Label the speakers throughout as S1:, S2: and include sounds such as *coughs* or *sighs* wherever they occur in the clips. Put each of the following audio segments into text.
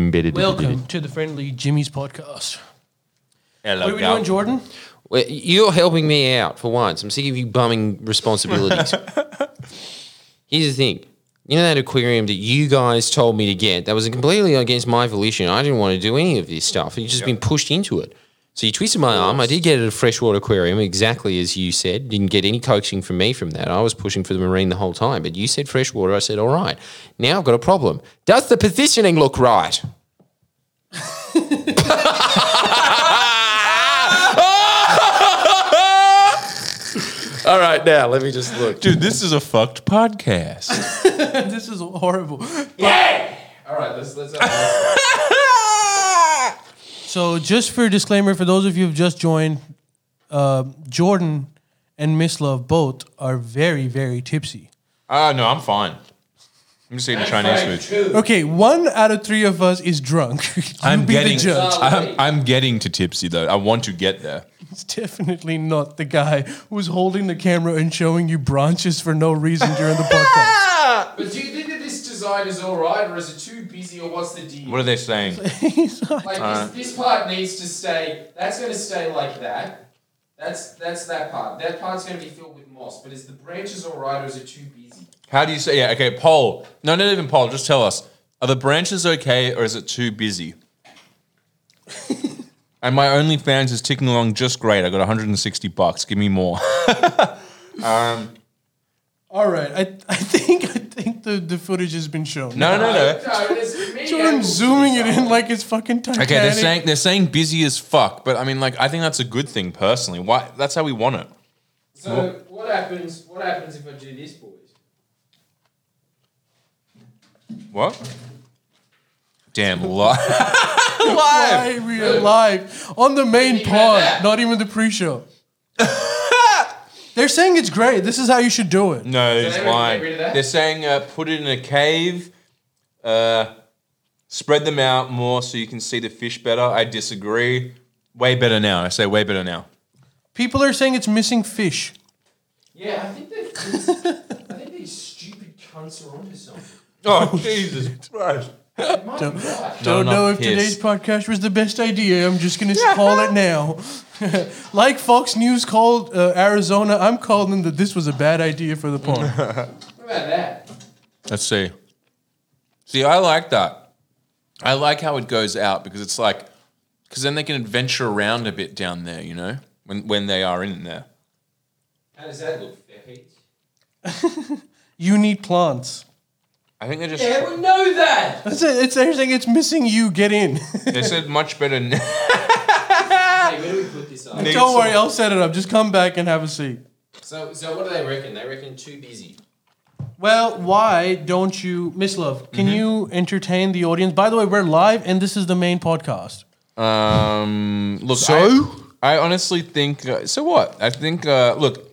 S1: Welcome to the Friendly Jimmy's podcast.
S2: Hello,
S1: What are we doing, Jordan? *laughs*
S3: Well, You're helping me out for once. I'm sick of you bumming *laughs* responsibilities. Here's the thing. You know that aquarium that you guys told me to get? That was completely against my volition. I didn't want to do any of this stuff. You've just been pushed into it. So you twisted my arm. I did get it at a freshwater aquarium, exactly as you said. Didn't get any coaxing from me from that. I was pushing for the marine the whole time. But you said freshwater. I said, all right. Now I've got a problem. Does the positioning look right? all right, now let me just look.
S2: Dude, this is a fucked *laughs* podcast.
S1: this is horrible.
S3: All right, let's let's.
S2: Ah,
S1: So, just for disclaimer, for those of you who've just joined, uh, Jordan and Miss Love both are very, very tipsy.
S2: Ah, no, I'm fine. I'm just eating Chinese food.
S1: Okay, one out of three of us is drunk. *laughs* You
S2: I'm
S1: be
S2: getting,
S1: the judge.
S2: I'm, I'm getting to tipsy though. I want to get there.
S1: It's definitely not the guy who's holding the camera and showing you branches for no reason during the podcast.
S2: *laughs*
S3: But do you think that this design is all right, or is it too busy, or what's the deal?
S2: What are they saying?
S3: like
S1: uh,
S3: this, this part needs to stay. That's going to stay like that. That's that's that part. That part's going to be filled with moss. But is the branches all right, or is it too busy?
S2: How do you say? Yeah, okay, poll. No, not even poll. Just tell us: are the branches okay, or is it too
S1: *laughs*
S2: busy? and my OnlyFans is ticking along just great. I got 160 bucks. Give me more. *laughs*
S1: All right, I, I think I think the, the footage has been shown.
S2: No, no, no.
S3: No, it's
S1: *laughs*
S3: me.
S1: Jordan zooming it in like it's fucking Titanic.
S2: Okay, they're saying they're saying busy as fuck, but I mean, like, I think that's a good thing personally. Why? That's how we want it.
S3: So what happens? What happens if I do this, boys?
S2: What? Damn lie.
S1: Why we are live on the main pod, not even the pre-show. They're saying it's great. This is how you should do it.
S2: *laughs* No,
S3: they
S2: he's
S3: reckon
S2: lying.
S3: get rid of that?
S2: They're saying uh, put it in a cave, uh, spread them out more so you can see the fish better. I disagree. Way better now. I say way better now.
S1: People are saying it's missing fish.
S3: Yeah, I think that. I think these stupid cunts are onto something.
S2: *laughs* Oh Jesus Christ!
S3: They might be right.
S1: Don't
S2: no,
S1: know if
S2: piss.
S1: today's podcast was the best idea. I'm just gonna call it now. *laughs* like Fox News called uh, Arizona, I'm calling that this was a bad idea for the pod.
S3: What about that?
S2: Let's see. See, I like that. I like how it goes out because it's like, because then they can adventure around a bit down there, you know, when when they are in there.
S3: How does that look, Feppy?
S1: you need plants.
S2: I think they just
S3: Yeah, we know that.
S1: That's it. It's they're saying it's missing you. Get in. *laughs*
S2: they said much better. n-
S1: Ah!
S3: hey, where do we put this up?
S2: Nigga.
S1: Don't worry, I'll set it up. Just come back and have a seat.
S3: So, so what do they reckon? They reckon too busy.
S1: Well, why don't you, Miss Love? Can
S2: Mm-hmm.
S1: you entertain the audience? By the way, we're live, and this is the main podcast.
S2: Um, look, so I, I honestly think uh, so. What I think, uh, look,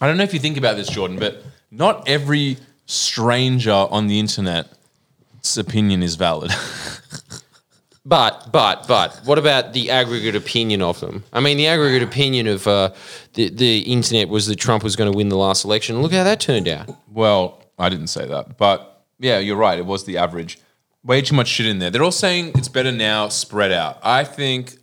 S2: I don't know if you think about this, Jordan, but not every stranger on the internet's opinion is valid. *laughs*
S3: But,
S4: But but what about the aggregate opinion of them? I mean, the aggregate opinion of uh, the the internet was that Trump was going to win the last election. Look how that turned out.
S2: well, I didn't say that, but yeah, you're right. It was the average. Way too much shit in there. They're all saying it's better now spread out. I think.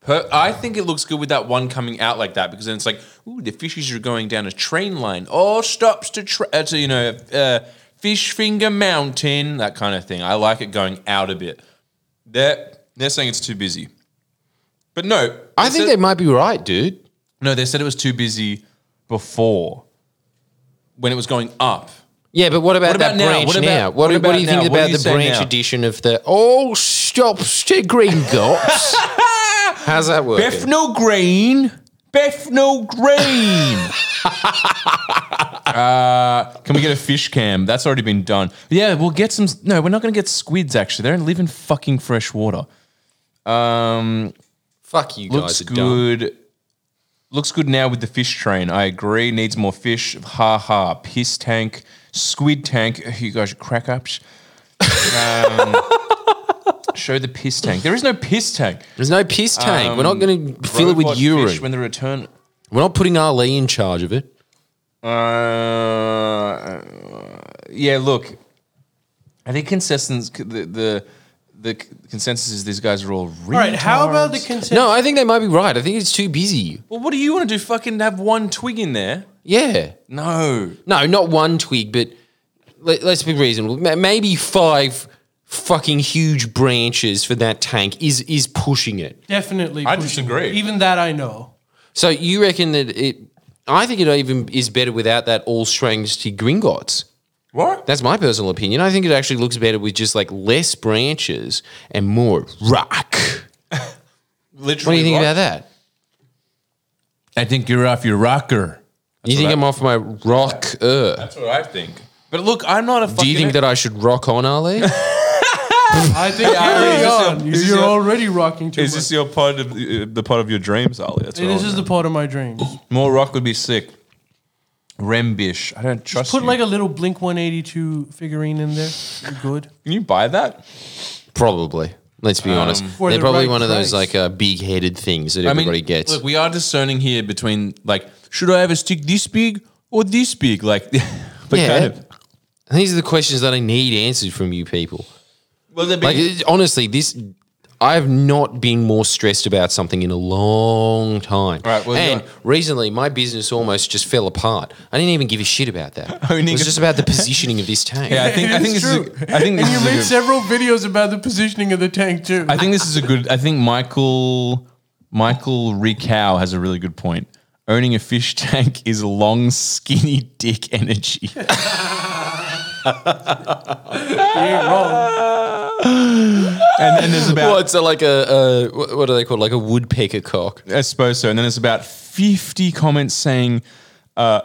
S2: Per, I think it looks good with that one coming out like that because then it's like, ooh, the fishies are going down a train line. All stops to, tra- uh, to you know, uh, Fish Finger Mountain, that kind of thing. I like it going out a bit. They're, they're saying it's too busy. But no.
S4: I think
S2: said-
S4: they might be right, dude.
S2: No, they said it was too busy before when it was going up.
S4: Yeah, but what about,
S2: What about
S4: that
S2: now?
S4: branch
S2: What about-
S4: now? What,
S2: what
S4: do- what
S2: about
S4: do you
S2: now?
S4: think
S2: What do
S4: about
S2: you
S4: the
S2: say
S4: branch
S2: now?
S4: edition of the all stops to Green Gops? How's that working?
S2: Bethnal Green. Bethnal Green. *laughs* uh, can we get a fish cam? That's already been done. Yeah, we'll get some. No, we're not going to get squids. Actually, they don't live in fucking fresh water. Um,
S4: Fuck you guys
S2: looks
S4: are dumb.
S2: good. Looks good now with the fish train. I agree. Needs more fish. Ha ha. Piss tank. Squid tank. You guys are crack ups.
S4: *laughs*
S2: Um, show the piss tank. There is no piss tank.
S4: There's no piss tank. We're not going to fill it Um,
S2: Robot
S4: with
S2: fish
S4: urine.
S2: when the return.
S4: We're not putting Ali in charge of it.
S2: Uh, yeah, look. I think consensus the the the consensus is these guys are all retards.
S1: All right, how about the consent?
S3: No, I think they might be right. I think it's too busy.
S2: Well, what do you want to do? Fucking have one twig in there?
S3: Yeah.
S2: No.
S3: No, not one twig, but let, us be reasonable. Ma- Maybe five fucking huge branches for that tank is is pushing it.
S1: Definitely.
S2: I
S1: pushing it.
S2: disagree.
S1: Even that I
S2: *laughs*
S1: know.
S3: So you reckon that it? I think it even is better without that all strings to Gringotts.
S2: What?
S3: That's my personal opinion. I think it actually looks better with just like less branches and more rock. What
S2: *laughs* Literally.
S3: do you think about that?
S2: I think you're off your rocker.
S3: you think I'm off my rock? Uh,
S2: That's what I think. But look, I'm not a. Fucking
S3: do you think that I should rock on,
S2: *laughs*
S3: Ali?
S1: I think carry
S2: this your-
S1: on.
S2: is this
S1: You're
S2: your-
S1: already rocking too
S2: *laughs* Is
S1: much.
S2: this your part of uh, the part of your dreams, Ali? That's what I
S1: this
S2: wanna
S1: is the part of my dreams.
S2: know. more rock would be sick. Rembish. I don't trust
S1: Put
S2: you.
S1: like a little Blink 182 figurine in there. You're good.
S2: Can you buy that?
S3: probably. Let's
S2: Um,
S3: be honest.
S1: For
S3: They're
S1: the
S3: probably
S1: right
S3: one of those like
S1: price.
S3: uh, big-headed things that everybody gets.
S2: Look, we are discerning here between like, should I have a stick this big or this big? Like, *laughs* but
S3: Yeah.
S2: kind of.
S3: These are the questions that I need answered from you people.
S2: Well, they're
S3: Like it- honestly, this I've not been more stressed about something in a long time.
S2: Right, well,
S3: and
S2: you're-
S3: recently, my business almost just fell apart. I didn't even give a shit about
S2: *laughs*
S3: that.
S2: Owning
S3: it was
S2: a-
S3: just about the positioning
S2: *laughs*
S3: of this tank.
S2: yeah, *laughs* I
S3: *laughs*
S2: think I
S1: It
S2: think
S1: is
S2: this is
S1: true.
S2: a, I think this
S1: And you made
S2: is a good,
S1: several videos about the positioning of the tank too.
S2: I think this is a good. I think Michael Michael Ricow has a really good point. Owning a fish tank *laughs* is long, skinny dick energy. *laughs*
S1: You ain't wrong.
S2: And then there's about
S3: What, so like a, a wh- what are they called? Like a woodpecker cock.
S2: I suppose so. And then there's about 50 comments saying, uh,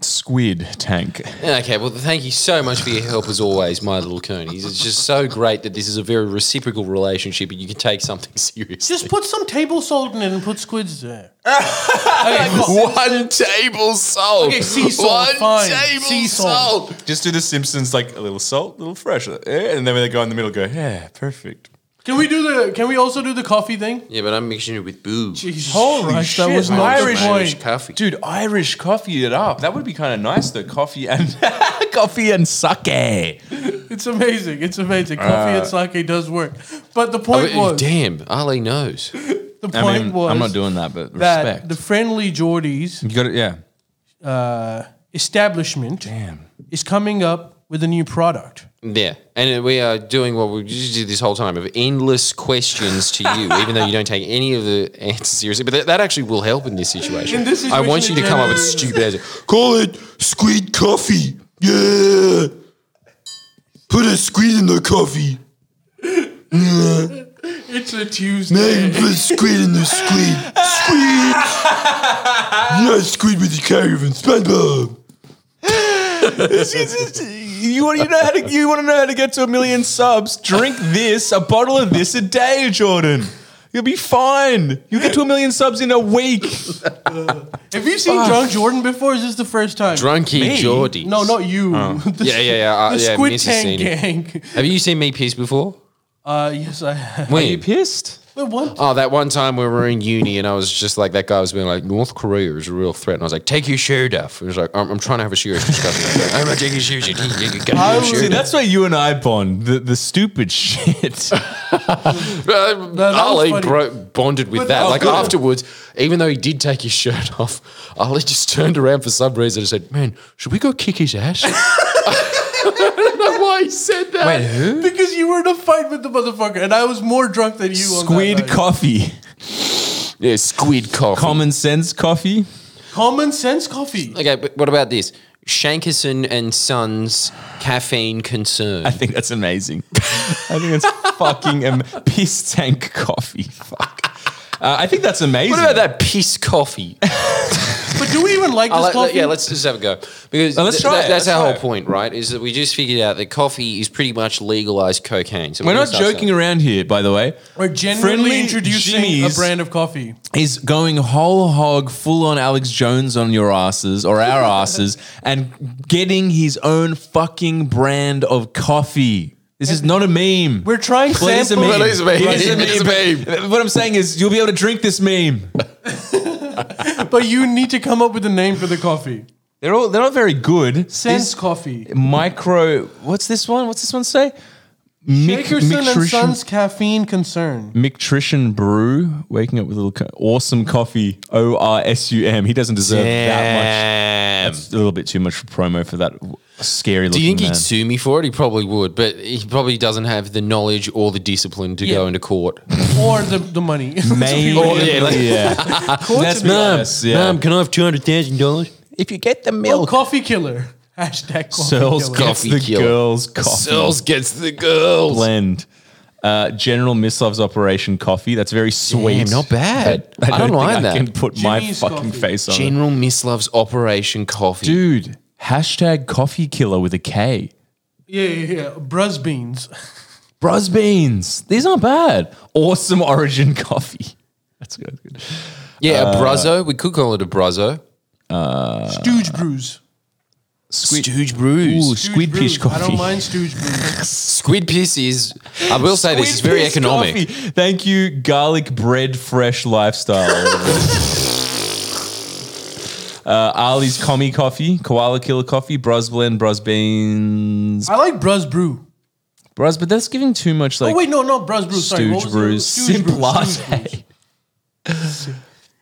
S2: squid tank.
S3: Okay, well, thank you so much for your help as always, my little coonies. It's just so great that this is a very reciprocal relationship, and you can take something *laughs*
S2: *laughs*
S3: seriously.
S1: Just put some table salt in it and put squids there. okay, cool.
S3: One table salt.
S1: Okay, sea salt,
S3: One
S1: fine.
S3: table
S1: Sea salt.
S3: salt.
S2: Just do the Simpsons like a little salt, a little fresh. eh, And then when they go in the middle, go, yeah, perfect.
S1: Can we do the? Can we also do the coffee thing?
S3: Yeah, but I'm mixing it with booze.
S1: Jesus
S2: Holy
S1: Christ,
S2: shit,
S1: that was not
S2: Irish-
S1: the
S3: Irish
S1: point.
S3: coffee.
S2: Dude, Irish coffee it up. That would be kind of nice though. Coffee and *laughs* coffee and sake.
S1: It's amazing. It's amazing.
S2: Uh,
S1: Coffee and sake does work. But the point
S3: Oh,
S1: was,
S3: damn, Ali knows.
S1: the point
S2: I mean,
S1: was,
S2: I'm not doing that, but
S1: that
S2: respect.
S1: the friendly Geordies
S2: you got it, yeah.
S1: uh, establishment
S2: Damn.
S1: is coming up with a new product.
S3: Yeah, and we are doing what we just did this whole time of endless questions to
S1: *laughs*
S3: you, even though you don't take any of the answers seriously. But that, that actually will help in this situation.
S1: In this
S3: I want you
S1: situation,
S3: to
S1: it
S3: come up with
S1: generally-
S3: stupid answers. Call it squid coffee. Yeah. Put a squid in the coffee.
S1: It's a Tuesday.
S3: Hey, put squid in the squid. Squid. Yeah, squid with the carrier from SpongeBob.
S2: You want you know how to you want to know how to get to a million subs? Drink this, a bottle of this a day, Jordan. You'll be fine. You'll get to a million subs in a week.
S1: Have you seen John Jordan before? Is this the first time?
S3: Drunky Geordie.
S1: No, not you.
S2: Oh.
S1: *laughs* The
S3: Yeah,
S1: s-
S3: yeah, yeah. Uh,
S1: the
S3: yeah,
S1: Squid
S3: Miss has
S1: Tank
S3: seen it.
S1: Gang. *laughs*
S3: Have you seen me piss before?
S1: Uh, yes, I have.
S3: When?
S2: pissed?
S1: But what?
S3: Oh, that one time we were in uni and I was just like, that guy was being like, North Korea is a real threat. And I was like, take your shirt off. He was like, I'm, I'm trying to have a serious discussion. *laughs* I was like, I'm not taking your shirt off. *laughs* You- you gotta
S1: I
S3: have
S1: was-
S3: your
S2: See,
S3: shirt
S2: that's where you and I bond. The the stupid *laughs* shit.
S3: off. *laughs* Uh,
S1: that was
S3: Ali
S1: funny.
S3: bro- bonded with
S1: But
S3: that.
S1: that was
S3: Like
S1: good.
S3: afterwards, even though he did take his shirt *laughs* off, Ali just turned around for some reason and said, man, should we go kick his ass? *laughs* I don't know why he said that.
S2: who?
S1: Because you were in a fight with the motherfucker, and I was more drunk than you. on
S2: Squid
S1: that night.
S2: coffee.
S3: Yeah, squid coffee.
S2: Common sense coffee.
S1: Common sense
S2: *laughs*
S1: coffee.
S3: okay, but what about this? Shankerson and Sons caffeine concern.
S2: I think that's amazing. I think that's fucking am- piss tank coffee. Fuck. Uh, I think that's amazing.
S3: What about that piss coffee?
S1: But do we even like this
S3: I like-
S1: coffee?
S3: yeah, let's just have a go because
S2: Well, let's
S3: th-
S2: try
S3: that-
S2: it.
S3: that's
S2: Let's
S3: our
S2: try
S3: whole
S2: it.
S3: point, right? Is that we just figured out that coffee is pretty much legalized cocaine. So
S2: We're
S3: we're
S2: not joking around here, by the way.
S1: We're
S2: Friendly
S1: genuinely introducing
S2: Jimmy's
S1: a brand of coffee.
S2: is going whole hog, full on Alex Jones on your asses or
S3: *laughs*
S2: our asses, and getting his own fucking brand of coffee. This is not a meme.
S1: We're trying
S2: Well, it is a
S1: samples.
S2: meme.
S1: It is a meme.
S2: It is a
S3: It is a
S2: meme. What I'm saying is, you'll be able to drink this meme.
S1: But you need to come up with a name for the coffee.
S2: They're all they're not very good.
S1: Sense
S2: This
S1: coffee.
S2: micro. What's this one? What's this one say? Mick,
S1: Dickerson and
S2: Mictrition-
S1: Sons Caffeine Concern.
S2: Mictrition Brew, waking up with a little co- awesome coffee. O R S U M. He doesn't deserve that much.
S3: Damn.
S2: It's a little bit too much for promo for that w- scary looking
S3: Do you think
S2: man.
S3: he'd sue me for it? He probably would, but he probably doesn't have the knowledge or the discipline to go into court.
S1: Or the, the money. *laughs*
S2: Maybe.
S3: Oh, yeah, like- *laughs*
S2: yeah. Let's be honest, *laughs* yeah.
S3: can I have two hundred thousand dollars?
S2: if you get the
S1: Oh,
S2: milk,
S1: coffee killer. *laughs* Hashtag coffee
S2: Searles
S1: killer.
S2: gets
S3: Coffee
S2: the
S3: killer.
S2: girls coffee
S3: Searles gets the girls.
S2: blend. Uh, General Mislov's Operation Coffee. That's very sweet.
S3: Damn, not bad.
S2: But
S3: I don't
S2: think
S3: mind
S2: I
S3: that.
S2: can put my
S1: Jimmy's
S2: fucking
S1: coffee.
S2: face on it.
S3: General Mislove's Operation Coffee.
S2: Dude, hashtag coffee killer with a K.
S1: Yeah, yeah, yeah. Bruz beans.
S2: Bruz beans. These aren't bad. Awesome origin coffee. *laughs* That's good. That's good.
S3: yeah,
S2: Uh,
S3: a bruzzo. We could call it a bruzzo.
S1: Stooge brews.
S2: Squid-
S3: Stooge brews.
S2: Ooh, squid
S1: Stooge
S2: fish
S1: brews. I
S2: coffee.
S1: don't
S2: *laughs*
S1: mind stooge brews.
S3: Squid piss is. I will say this is
S2: Squid
S3: very
S2: fish
S3: economic.
S2: coffee. Thank you, garlic bread fresh lifestyle.
S1: *laughs*
S2: uh, Ali's commie coffee, koala killer coffee, Bruz blend, Bruz beans,
S1: I like Bruz brew.
S2: Bruz. But that's giving too much like
S1: Oh, wait, no, not Bruz brew. Sorry. what
S2: stooge
S1: was the-
S2: brews,
S1: Stooge
S2: simp
S1: brews, Stooge brews.
S2: latte,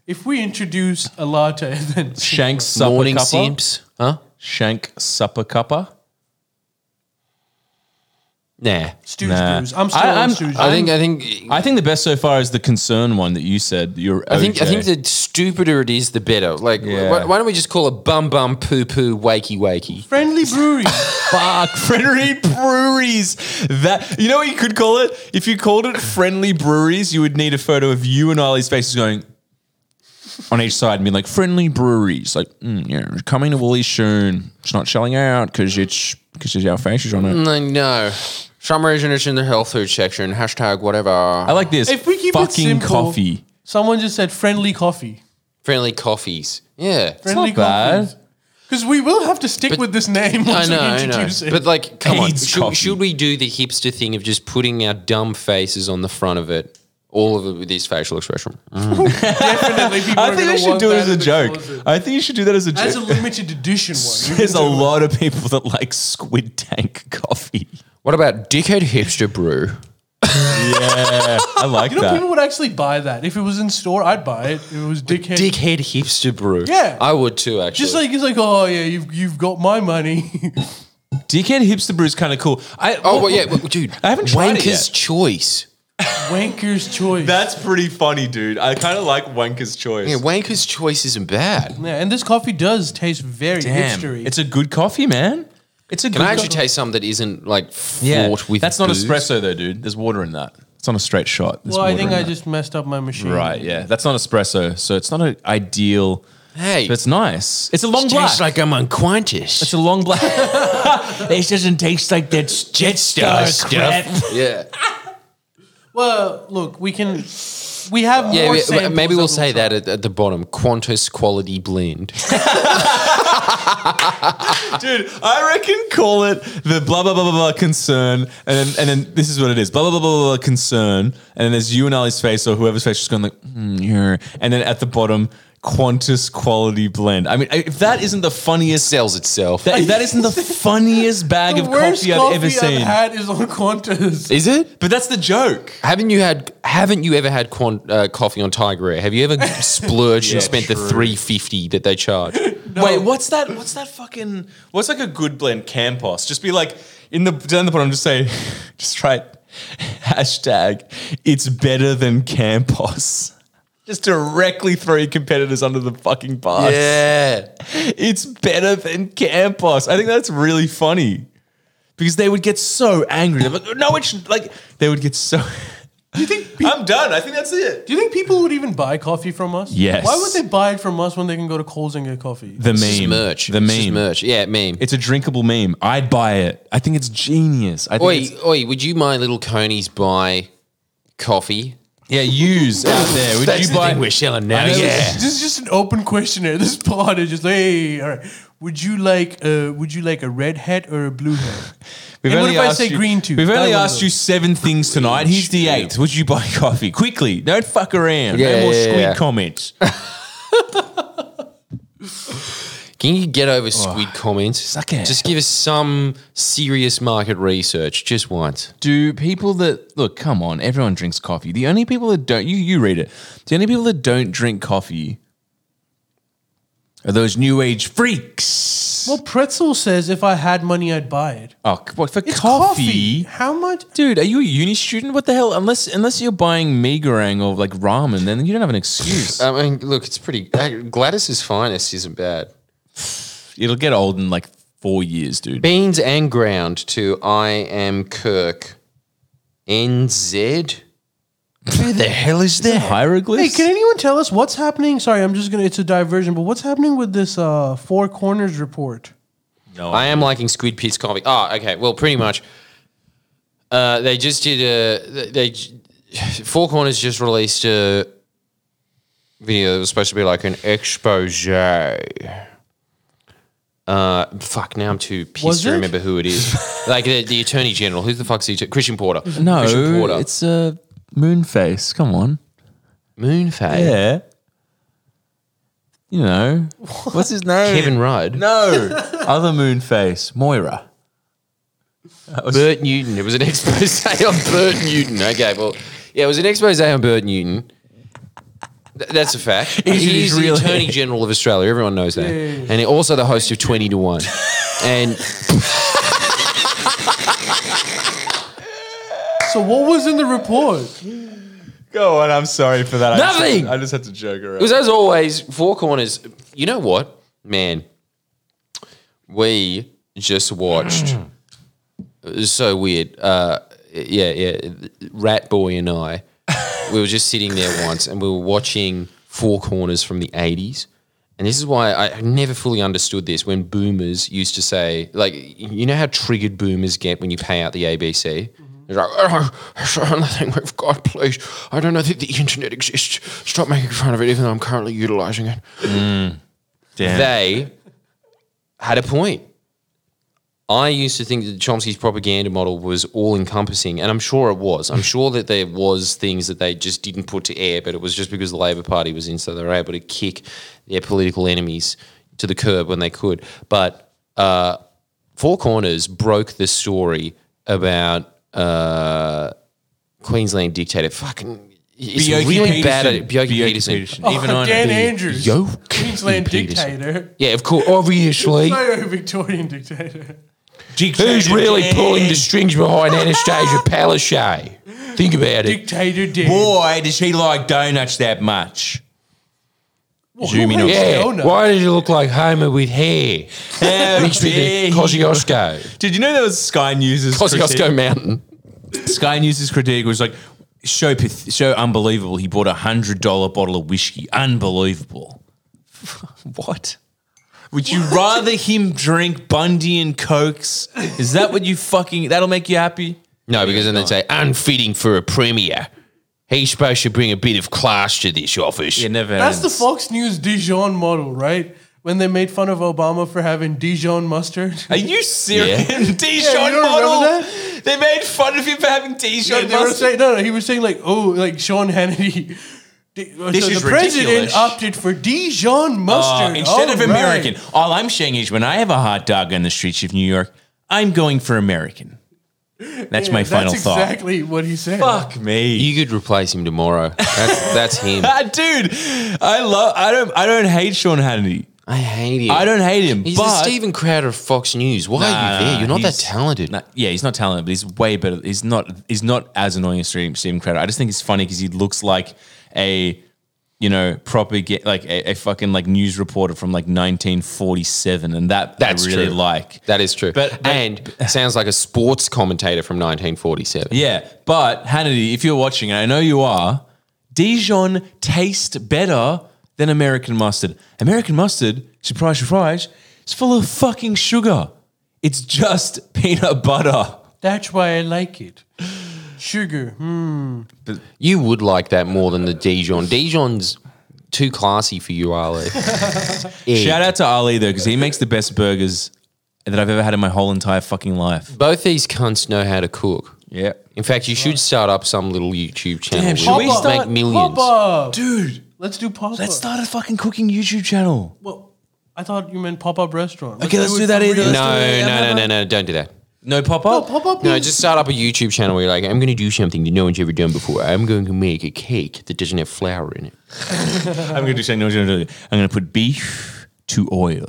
S1: If we introduce a latte, *laughs* then
S2: *laughs* shank supper
S3: Morning
S2: cuppa,
S3: simps, huh?
S2: shank supper cuppa.
S3: Nah.
S1: stooge
S2: Nah.
S1: brews. I'm still
S2: I-
S1: on
S2: I'm-
S1: stooge
S3: I
S1: brews.
S3: think. I think.
S2: I think the best so far is the concern one that you said. Your
S3: I think. I
S2: OJ.
S3: think the stupider it is, the better. Like,
S2: Yeah.
S3: why, why don't we just call it bum bum poo poo wakey wakey?
S2: *laughs*
S1: Friendly brewery.
S2: Fuck, *laughs* friendly breweries. That you know what you could call it? If you called it friendly breweries, you would need a photo of you and Ollie's faces going on each side and being like friendly breweries. Like, mm, yeah, coming to Woolies soon. It's not selling out because it's because it's our faces on it.
S3: No, no. Some reason it's in the health food section. Hashtag whatever.
S2: I like this.
S1: If we keep it
S2: fucking
S1: simple,
S2: coffee.
S1: Someone just said friendly coffee.
S3: Friendly coffees. Yeah.
S1: Friendly
S2: bad.
S1: Because we will have to stick with this
S2: *laughs*
S1: name
S3: I
S1: once
S3: know,
S1: we
S3: I know.
S1: introduce it. *laughs*
S3: But like, come on,
S2: AIDS
S3: should,
S2: coffee.
S3: should we do the hipster thing of just putting our dumb faces on the front of it, all of it with this facial expression? Mm.
S1: Definitely people
S2: I
S1: are
S2: think
S1: gonna
S2: they should
S1: want
S2: do it
S1: that
S2: as
S1: in
S2: a
S1: the
S2: joke.
S1: closet.
S2: I think you should do that as a
S1: That's a
S2: joke.
S1: limited edition one.
S2: *laughs* There's a lot of people that like Squid Tank coffee.
S3: What about dickhead hipster brew?
S2: Yeah, I like
S1: You know,
S2: that.
S1: people would actually buy that. If it was in store, I'd buy it. If it was dickhead.
S3: Dickhead hipster brew.
S1: Yeah.
S3: I would too. Actually,
S1: Just like it's like, oh yeah, you've you've got my money. *laughs*
S2: Dickhead hipster brew is kind of cool. I
S3: oh well, yeah, well, dude.
S2: I haven't tried it
S3: Wanker's
S2: yet.
S3: choice.
S1: Wanker's choice.
S2: That's pretty funny, dude. I kind of like Wanker's choice.
S3: Yeah, Wanker's choice isn't bad.
S1: yeah, and this coffee does taste very
S2: Damn,
S1: hipstery.
S2: it's a good coffee, man. It's a good.
S3: Can I actually
S2: co-
S3: taste some that isn't like fraught with?
S2: That's not
S3: booze?
S2: espresso though, dude. There's water in that. It's not a straight shot. There's
S1: well, I
S2: water
S1: think
S2: in
S1: I
S2: that.
S1: just messed up my machine.
S2: right. Yeah, that's not espresso, so it's not an ideal.
S3: Hey,
S2: But it's nice. It's a long
S3: it
S2: black.
S3: tastes like I'm on Qantas.
S2: it's a long black. it doesn't taste like that Jetstar stuff. *laughs*
S3: yeah.
S1: Well, look, we can. We have
S3: Yeah,
S1: more
S3: we-
S1: samples
S3: maybe we'll
S1: that
S3: say that at, at the bottom. Qantas quality
S2: *laughs*
S3: blend.
S2: Dude, I reckon call it the blah blah blah blah blah concern, and then, and then this is what it is: blah blah blah blah blah concern, and then there's you and Ali's face or whoever's face just going like, mm, yeah. and then at the bottom, Qantas quality blend. I mean, I- if that isn't the funniest,
S3: sells itself.
S2: that, if that
S1: *laughs*
S2: isn't the funniest bag
S1: The
S2: of
S1: worst
S2: coffee I've ever seen.
S1: had is on Qantas.
S3: Is it?
S2: but that's the joke.
S3: Haven't you had? Haven't you ever had quan, uh, coffee on Tiger Air? Have
S2: *laughs*
S3: you ever splurged and
S2: Yeah,
S3: spent the
S2: true.
S3: three fifty that they
S2: *laughs*
S3: charge?
S2: Wait, what's that? What's that fucking? What's like a good blend? Campos. Just be like in the down the bottom. Just say, *laughs* just try it. Hashtag. It's better than Campos. Just directly throw your competitors under the fucking bus.
S3: yeah,
S2: It's better than Campos. I think that's really funny because they would get so angry. They're like, no, it's like they would get so. *laughs*
S1: Do you think? People,
S2: I'm done. I think that's it.
S1: do you think people would even buy coffee from us?
S2: Yes.
S1: Why would they buy it from us when they can go to Coles and get coffee?
S2: The
S3: It's just
S2: meme.
S3: merch.
S2: The
S3: It's
S2: meme.
S3: just merch. Yeah, meme.
S2: It's a drinkable meme. I'd buy it. I think it's genius. I think
S3: oi,
S2: it's-
S3: oi, would you mind little conies buy coffee?
S2: yeah, use out there. Would you buy?
S3: selling
S2: I know
S3: Yeah.
S1: This is just an open questionnaire. *laughs* This pod is just hey, all right. Would you like uh, would you like a red hat or a blue
S3: *laughs*
S1: hat?
S2: We've
S1: And what
S2: only
S1: if I
S2: asked
S1: say
S2: you-
S1: green too?
S2: We've
S1: That
S2: only
S1: one
S2: asked
S1: goes.
S2: you seven things tonight. Here's the eighth. Would you buy *laughs* coffee quickly? Don't fuck around.
S3: Yeah,
S2: no more
S3: yeah,
S2: squid
S3: yeah.
S2: comments.
S3: Can you get over squid comments?
S2: Oh. Suck it.
S3: Just give us some serious market research, just once.
S2: *laughs* Do people that look? Come on, everyone drinks coffee. The only people that don't you you read it. The only people that don't drink coffee are those new age freaks.
S1: Well, Pretzel says if I had money, I'd buy it.
S2: Oh, c- what for
S1: It's
S2: coffee?
S1: How much?
S2: Dude, are you a uni student? What the hell? Unless unless you're buying megarang or like ramen, then you don't have an
S1: Uh,
S2: excuse.
S3: I mean, look, it's pretty. Gladys's finest isn't bad.
S2: It'll get old in like four years, dude.
S3: Beans and ground to I am Kirk. NZ?
S2: Where the hell is that? Hieroglyphs?
S1: Hey, can anyone tell us what's happening? Sorry, I'm just gonna. It's a diversion, but what's happening with this uh, Four Corners report?
S2: no.
S3: I am liking Squid Piss comic. Oh, okay. Well, pretty much. Uh, they just did a. They, they j- Four Corners just released a video that was supposed to be like an expose. Uh, fuck! Now I'm too pissed
S1: Was
S3: to
S1: it?
S3: remember who it
S2: *laughs*
S3: is. like the, the Attorney General. Who the fuck's the Atter- Christian Porter?
S2: no,
S3: Christian Porter.
S2: it's a moon face. Come on.
S3: Moonface.
S2: Yeah. You know. What's his name?
S3: Kevin Rudd.
S2: No. Other moon face. Moira.
S3: *laughs* Bert Newton. It was an expose *laughs* on Bert Newton. Okay, well, yeah, it was an expose on Bert Newton. Th- That's a fact.
S2: Is it
S3: He's
S2: his
S3: the
S2: real
S3: Attorney
S2: hair?
S3: General of Australia. Everyone knows that. And he- also the host of 20 to 1. And
S1: So what was in the report?
S2: Go on, I'm sorry for that.
S3: Nothing!
S2: I just had to joke around.
S3: it was, as always, Four Corners. You know what? Man, we just watched. it was so weird. Uh, yeah, yeah. Rat Boy and I, we were just sitting there once and we were watching Four Corners from the 80s. And this is why I never fully understood this when boomers used to say, like, you know how triggered boomers get when you pay out the ABC? They're like, oh, it's another thing with God, please. I don't know that the internet exists. Stop making fun of it, even though I'm currently utilizing it.
S2: Damn.
S3: They had a point. I used to think that Chomsky's propaganda model was all encompassing, and I'm sure it was.
S2: *laughs*
S3: I'm sure that there was things that they just didn't put to air, but it was just because the Labour Party was in, so they were able to kick their political enemies to the curb when they could. But uh, Four Corners broke the story about uh, Queensland dictator. Fucking, it's
S2: Bjorki
S3: really bad at
S2: Peterson.
S3: it. Bjorki
S2: Bjorki
S3: Peterson.
S2: Peterson.
S1: Oh,
S2: Even on
S1: Dan
S2: the-
S1: Andrews,
S3: Yo,
S1: Queensland
S3: Peterson.
S1: dictator.
S3: Yeah, of course,
S2: *laughs*
S3: obviously.
S1: Sorry, Victorian dictator.
S3: Who's really pulling the strings behind
S2: *laughs*
S3: Anastasia Palaszczuk? Think about it.
S1: Dictator Dan.
S2: Boy, does he like donuts that much?
S1: Well, who
S2: Zoom in on-
S1: hates
S3: Yeah.
S1: donuts?
S3: Why does he look like Homer with hair?
S2: How
S3: Reach with the
S2: dare he.
S3: Kosciuszko.
S2: Did you know that was Sky News's
S3: Kosciuszko Mountain.
S2: Sky News's critique was like, so, path- so unbelievable. He bought a hundred dollar bottle of whiskey. Unbelievable. what? Would
S1: *laughs*
S2: you rather him drink Bundy and Cokes? Is that what you fucking? That'll make you happy.
S3: No, because then they'd say, unfitting for a premier. He's supposed to bring a bit of class to this office.
S2: Yeah, never.
S1: That's the
S2: ends.
S1: Fox News Dijon model, right? When they made fun of Obama for having Dijon mustard. *laughs*
S2: Are you serious? *laughs* Dijon
S1: Yeah, you don't remember
S2: model. They made fun of him for having Dijon
S1: they were
S2: mustard.
S1: saying, no, no, he was saying like, oh, like Sean Hannity. *laughs* Di- so
S2: This
S1: the
S2: is
S1: president
S2: ridiculous.
S1: opted for Dijon mustard
S2: Uh, instead of
S1: All Oh, right.
S2: American, all I'm saying is when I have a hot dog on the streets of New York, I'm going for American. That's my
S1: That's
S2: final thought.
S1: exactly what he said.
S2: Fuck me.
S3: You could replace him tomorrow.
S2: *laughs*
S3: That's, that's him.
S2: Ah, dude, I love. I don't. I don't hate Sean Hannity.
S3: I hate him.
S2: I don't hate him.
S3: He's
S2: but
S3: the Stephen Crowder of Fox News. Why
S2: Nah,
S3: are you there? You're not that
S2: he's-
S3: talented.
S2: Nah, yeah, he's not talented, but he's way better. He's not. He's not as annoying as Stephen Stephen Crowder. I just think it's funny because he looks like a, you know, propaganda, like a, a fucking like news reporter from like 1947, and that
S3: That's
S2: I really
S3: true.
S2: like.
S3: That is true.
S2: But- but- *laughs*
S3: and sounds like a sports commentator from 1947.
S2: Yeah, but Hannity, if you're watching, and I know you are, Dijon tastes better than American mustard. American mustard, surprise, surprise, it's full of fucking sugar. It's just *laughs* peanut butter.
S1: That's why I like
S2: *sighs*
S1: it. Sugar. Hmm.
S3: You would like that more than the Dijon. Dijon's too classy for you,
S2: *laughs*
S3: Ali. Yeah.
S2: Shout out to Ali though, because he makes the best burgers that I've ever had in my whole entire fucking life.
S3: Both these cunts know how to cook.
S2: Yeah.
S3: In fact, you should start up some little YouTube channel.
S2: Damn,
S3: where
S2: should
S3: you
S2: we
S3: make
S2: start-
S3: millions?
S1: Pop up.
S2: Dude,
S1: Let's do pop
S2: let's
S1: up.
S2: start a fucking cooking YouTube channel.
S1: Well, I thought you meant pop up restaurant.
S2: Okay, let's do
S1: it
S2: that
S1: for
S2: either.
S1: real.
S3: No, no, no, no, no, don't do that.
S2: No pop up.
S1: Pop up.
S3: No, just start up a YouTube channel where you're like, I'm going to do something that no one's ever done before. I'm going to make a cake that doesn't have flour in it.
S2: I'm going to say no. no, no, no. I'm going to put beef to oil.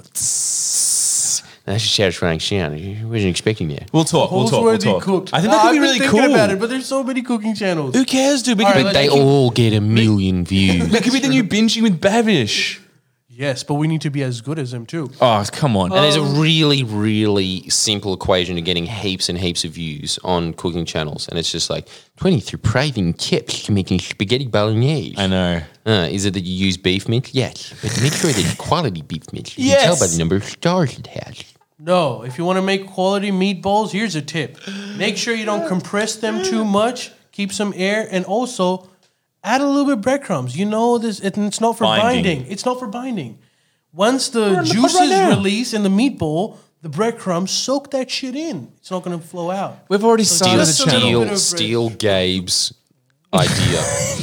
S3: That's a satisfying sound. I wasn't expecting that.
S2: We'll talk. We'll talk. We'll
S1: Holsworthy
S2: talk.
S1: cooked.
S2: I think
S1: Nah,
S2: that could be
S1: I've been
S2: really
S1: thinking
S2: cool.
S1: about it, but there's so many cooking channels.
S2: Who cares, dude? We
S1: All
S2: could,
S1: right,
S2: be,
S1: let's-
S3: They
S1: keep-
S3: all get a
S2: *laughs*
S3: million views.
S2: we could be the new binging with Bavish.
S1: Yes, but we need to be as good as them too.
S2: Oh, come on.
S3: And there's a really, really simple equation to getting heaps and heaps of views on cooking channels. And it's just like 23 priving tips to making spaghetti bolognese.
S2: I know.
S3: Uh, is it that you use beef meat? Yes. But make sure that it's quality beef meat. You can tell by
S2: Yes.
S3: the number of stars it has.
S1: No, if you want to make quality meatballs, here's a tip: make sure you don't compress them too much. Keep some air, and also add a little bit of breadcrumbs. You know this, it- it's not for
S2: Binding.
S1: binding. It's not for binding. Once the
S2: the pot
S1: juice
S2: right
S1: is
S2: now.
S1: released in the meatball, the breadcrumbs soak that shit in. It's not going to flow out.
S2: We've already
S3: Steal,
S2: started
S1: Just a little bit
S3: steal,
S1: of
S3: steal Gabe's
S2: *laughs*
S3: idea.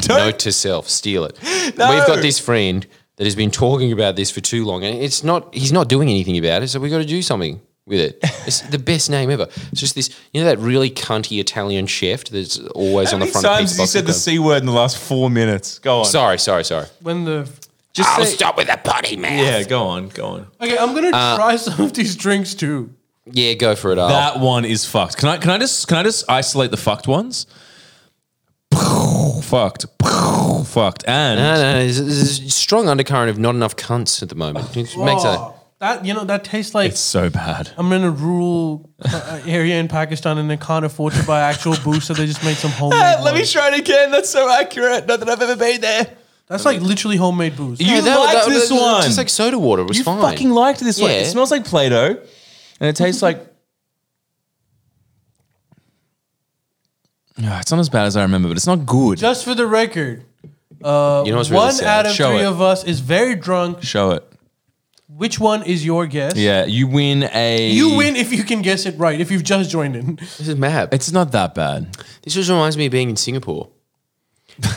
S3: Note to self, steal it. We've got this friend that has been talking about this for too long, and it's not. He's not doing anything about it, so we've got to do something with
S2: *laughs*
S3: it. It's the best name ever. It's just this, you know, that really cunty Italian chef that's always
S2: How
S3: on the
S2: many
S3: front of
S2: times
S3: pizza
S2: have you said the
S3: box.
S2: C word in the last four minutes? Go on.
S3: Sorry, sorry, sorry.
S1: When the
S2: Just say-
S3: with a potty mouth.
S2: Yeah, go on. Go on.
S1: okay, I'm gonna
S2: Uh,
S1: try *laughs* some of these drinks too.
S3: Yeah, go for it. Al.
S2: That one is fucked. Can I can I just can I just isolate the fucked ones? *laughs* fucked. *laughs* fucked. And
S3: no,
S1: Uh,
S3: no, no, there's, there's a strong undercurrent of not enough cunts at the moment. It makes a,
S1: Oh, that you know that tastes like
S2: it's so bad.
S1: I'm in a rural uh, area in Pakistan and they can't afford to buy
S2: *laughs*
S1: actual booze, so they just make some homemade. ones.
S2: Uh, try it again. That's so accurate. Not that I've ever been there.
S1: That's like literally homemade booze.
S2: You liked this one.
S3: Just like soda water was
S2: you
S3: fine.
S2: fucking liked this one.
S3: Yeah.
S2: It smells like Play-Doh. And it tastes like Ah, it's not as bad as I remember, but it's not good.
S1: Just for the record,
S3: you know what's really
S1: one
S3: sad?
S1: out of
S2: Show
S1: three
S2: it.
S1: of us is very drunk.
S2: Show it.
S1: Which one is your guess?
S2: Yeah, you win a
S1: You win if you can guess it right. If you've just joined
S2: *laughs*
S1: in,
S3: This is mad.
S2: It's not that bad.
S3: This just reminds me of being in *laughs* Singapore.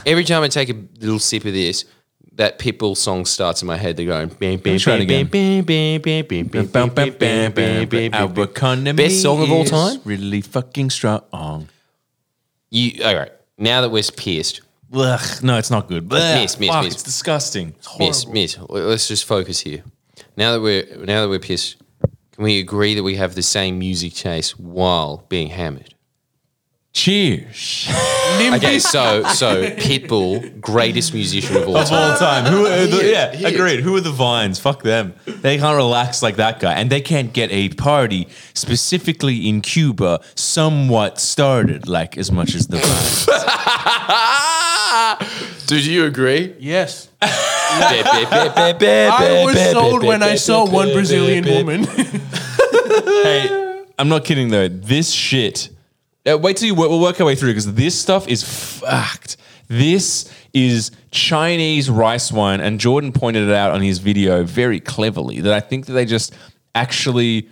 S3: Every time I take a little sip of this, that Pitbull song starts in my head. They're going, bam, bam,
S2: try
S3: bam,
S2: it
S3: bam,
S2: again.
S3: bam, bam, bam, bam, bam, bam, bam, bam, bam, bam, bam,
S2: Our
S3: bam.
S2: economy
S3: Best song of all time?
S2: is Really fucking strong.
S3: You, all right. Now that we're pierced,
S2: Ugh, no, it's not good. Ugh,
S3: Miss, miss,
S2: fuck,
S3: miss.
S2: It's disgusting.
S3: miss, miss, l- let's just focus here. Now that we're now that we're pierced, can we agree that we have the same music taste while being hammered?
S2: Cheers.
S3: *laughs* Okay, so so Pitbull, greatest musician of all
S2: Of
S3: time.
S2: all time. Who are the, yeah, agreed. Who are the vines? Fuck them. They can't relax like that guy. And they can't get a party specifically in Cuba somewhat started like as much as the vines.
S3: Ah! Did you agree?
S2: *laughs*
S1: yes, I
S3: I
S1: was sold when I saw one Brazilian woman.
S2: hey, I'm not kidding though. This shit. Uh, wait till you work, we'll work our way through because this stuff is fucked. This is Chinese rice wine, and Jordan pointed it out on his video very cleverly that I think that they just actually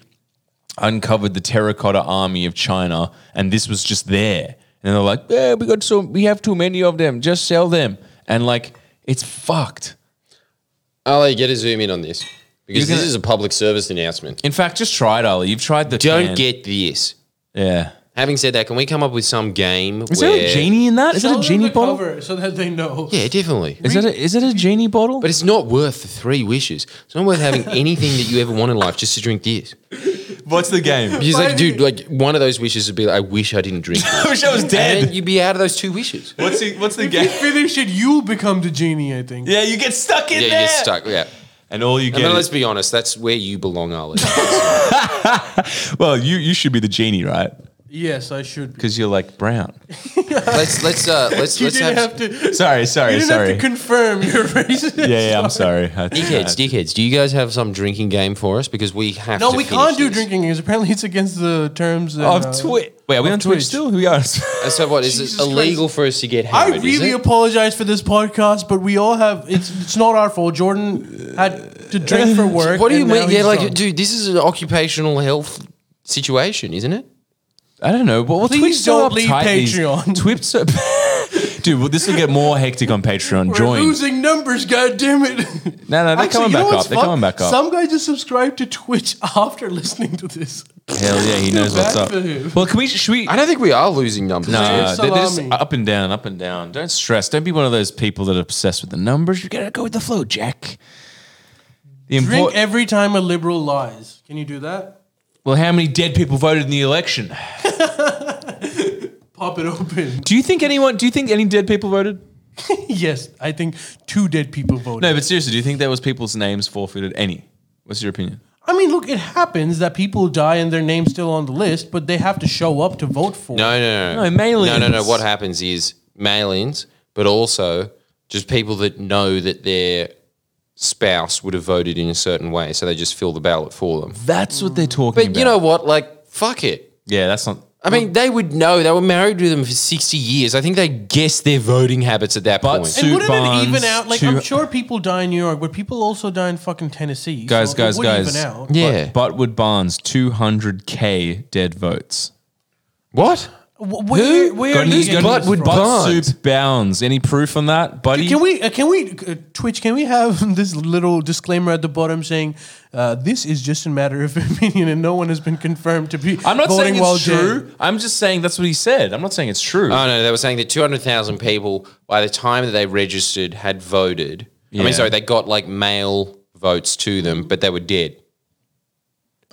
S2: uncovered the terracotta army of China, and this was just there. And they're like, "Yeah, we got so we have too many of them. Just sell them." And like, it's fucked.
S3: Ali, get a zoom in on this because
S2: You're
S3: this
S2: gonna-
S3: is a public service announcement.
S2: In fact, just try it, Ali. You've tried the
S3: Don't
S2: can.
S3: get this.
S2: yeah.
S3: Having said that, can we come up with some game?
S2: Is
S3: where,
S2: there a genie in that? Is
S1: Show
S2: it
S1: *laughs* them
S2: a genie
S1: the
S2: bottle?
S1: cover so that they know.
S3: Yeah, definitely.
S2: Is that a, is it a genie bottle?
S3: But it's not worth the three wishes. It's not worth having anything that you ever want in life just to drink this.
S2: What's
S1: *laughs*
S2: the game?
S3: Because like, dude, like one of those wishes would be like, I wish I didn't drink. This.
S2: I wish I was
S3: and then
S2: dead.
S3: you'd be out of those two wishes.
S2: What's the What's the
S1: If you finish it, you become the genie. I think.
S2: Yeah, you get stuck in
S3: Yeah, you get stuck. Yeah.
S2: and all you
S3: And
S2: get.
S3: then let's
S2: Is,
S3: be honest, that's where you belong, Ali.
S2: well, you you should be the genie, right?
S1: Yes, I should. Be.
S2: Because you're like brown.
S3: let's let's uh let's
S1: You
S3: let's
S1: didn't
S3: have,
S1: have, to.
S2: *laughs* Sorry,
S1: You
S2: sorry,
S1: didn't
S2: sorry.
S1: have to confirm your racist.
S2: yeah, yeah, I'm sorry.
S3: Dickheads, dickheads, do you guys have some drinking game for us? Because we have
S1: No,
S3: to
S1: we
S3: finish
S1: can't do
S3: this.
S1: drinking games. Apparently, it's against the terms and, uh,
S2: Of Twitch. Wait, are we
S1: Of
S2: on Twitch,
S1: Twitch.
S2: still? We are.
S3: And Uh, so what is
S1: Jesus
S3: it illegal for us to get
S1: I
S3: hammered? is
S1: really
S3: it?
S1: apologize for this podcast, but we all have. It's it's not our fault. Jordan had to drink for work.
S3: What do you
S1: and now
S3: mean? Yeah,
S1: he's
S3: like,
S1: drunk.
S3: dude, this is an occupational health situation, isn't it?
S2: *laughs* I don't know. But well,
S1: Please
S2: Twitch so
S1: don't leave
S2: uptight these-
S1: Patreon.
S2: Twitch so, *laughs* Dude, well, this will get more hectic on Patreon.
S1: We're
S2: Join.
S1: losing numbers, god damn it.
S2: No, no, they're
S1: Actually,
S2: coming
S1: you know
S2: back
S1: what's
S2: up. They're
S1: fun?
S2: coming back up.
S1: Some guy just subscribed to Twitch *laughs* after listening to this.
S2: Hell
S1: *laughs*
S2: yeah, he knows
S1: bad
S2: what's up.
S1: for him.
S2: Well, can we? Should we?
S3: I don't think we are losing numbers.
S2: No,
S1: Say it's
S2: they're they're just
S1: salami.
S2: up and down, up and down. Don't stress. Don't be one of those people that are obsessed with the numbers. You gotta go with the flow, Jack. The
S1: Drink
S2: important.
S1: every time a liberal lies. Can you do that?
S2: well, how many dead people voted in the election?
S1: Pop it open.
S2: Do you think anyone? Do you think any dead people voted?
S1: yes, I think two dead people voted.
S2: No, but seriously, do you think there was people's names forfeited? Any? What's your opinion?
S1: I mean, look, it happens that people die and their name's still on the list, but they have to show up to vote for. it.
S3: No, no, no.
S2: No, mail-ins.
S3: No, no, no. What happens is mail-ins, but also just people that know that their spouse would have voted in a certain way, so they just fill the ballot for them.
S2: That's what they're talking
S3: But you know what? Like, fuck it.
S2: yeah, that's not.
S3: I mean, they would know. They were married to them for sixty years. I think they guessed their voting habits at that
S2: But
S3: point.
S1: And
S2: Two
S1: wouldn't
S2: bonds,
S1: it even out? Like,
S2: two-
S1: I'm sure people die in New York, but people also die in fucking Tennessee.
S2: Guys,
S1: so
S2: guys,
S1: it wouldn't
S2: guys.
S1: Even out.
S3: yeah.
S2: Butwood Barnes, 200k dead votes.
S3: what?
S1: Wh- Where,
S3: Who?
S1: Where
S2: Got
S1: are
S2: any-
S1: you
S2: got
S1: getting
S2: any
S1: this
S3: Butwood
S1: from?
S2: butt
S3: Barnes?
S2: soup bounds. Any proof on that, buddy?
S1: Can we? Uh, can we? Uh, Twitch? Can we have *laughs* this little disclaimer at the bottom saying uh, this is just a matter of *laughs* opinion and no one has been confirmed to be
S2: I'm not
S1: voting
S2: saying
S1: while
S2: it's true.
S1: dead?
S2: I'm just saying that's what he said. I'm not saying it's true.
S3: Oh no, they were saying that two hundred thousand people by the time that they registered had voted. I
S2: Yeah.
S3: mean, sorry, they got like mail votes to them, but they were dead.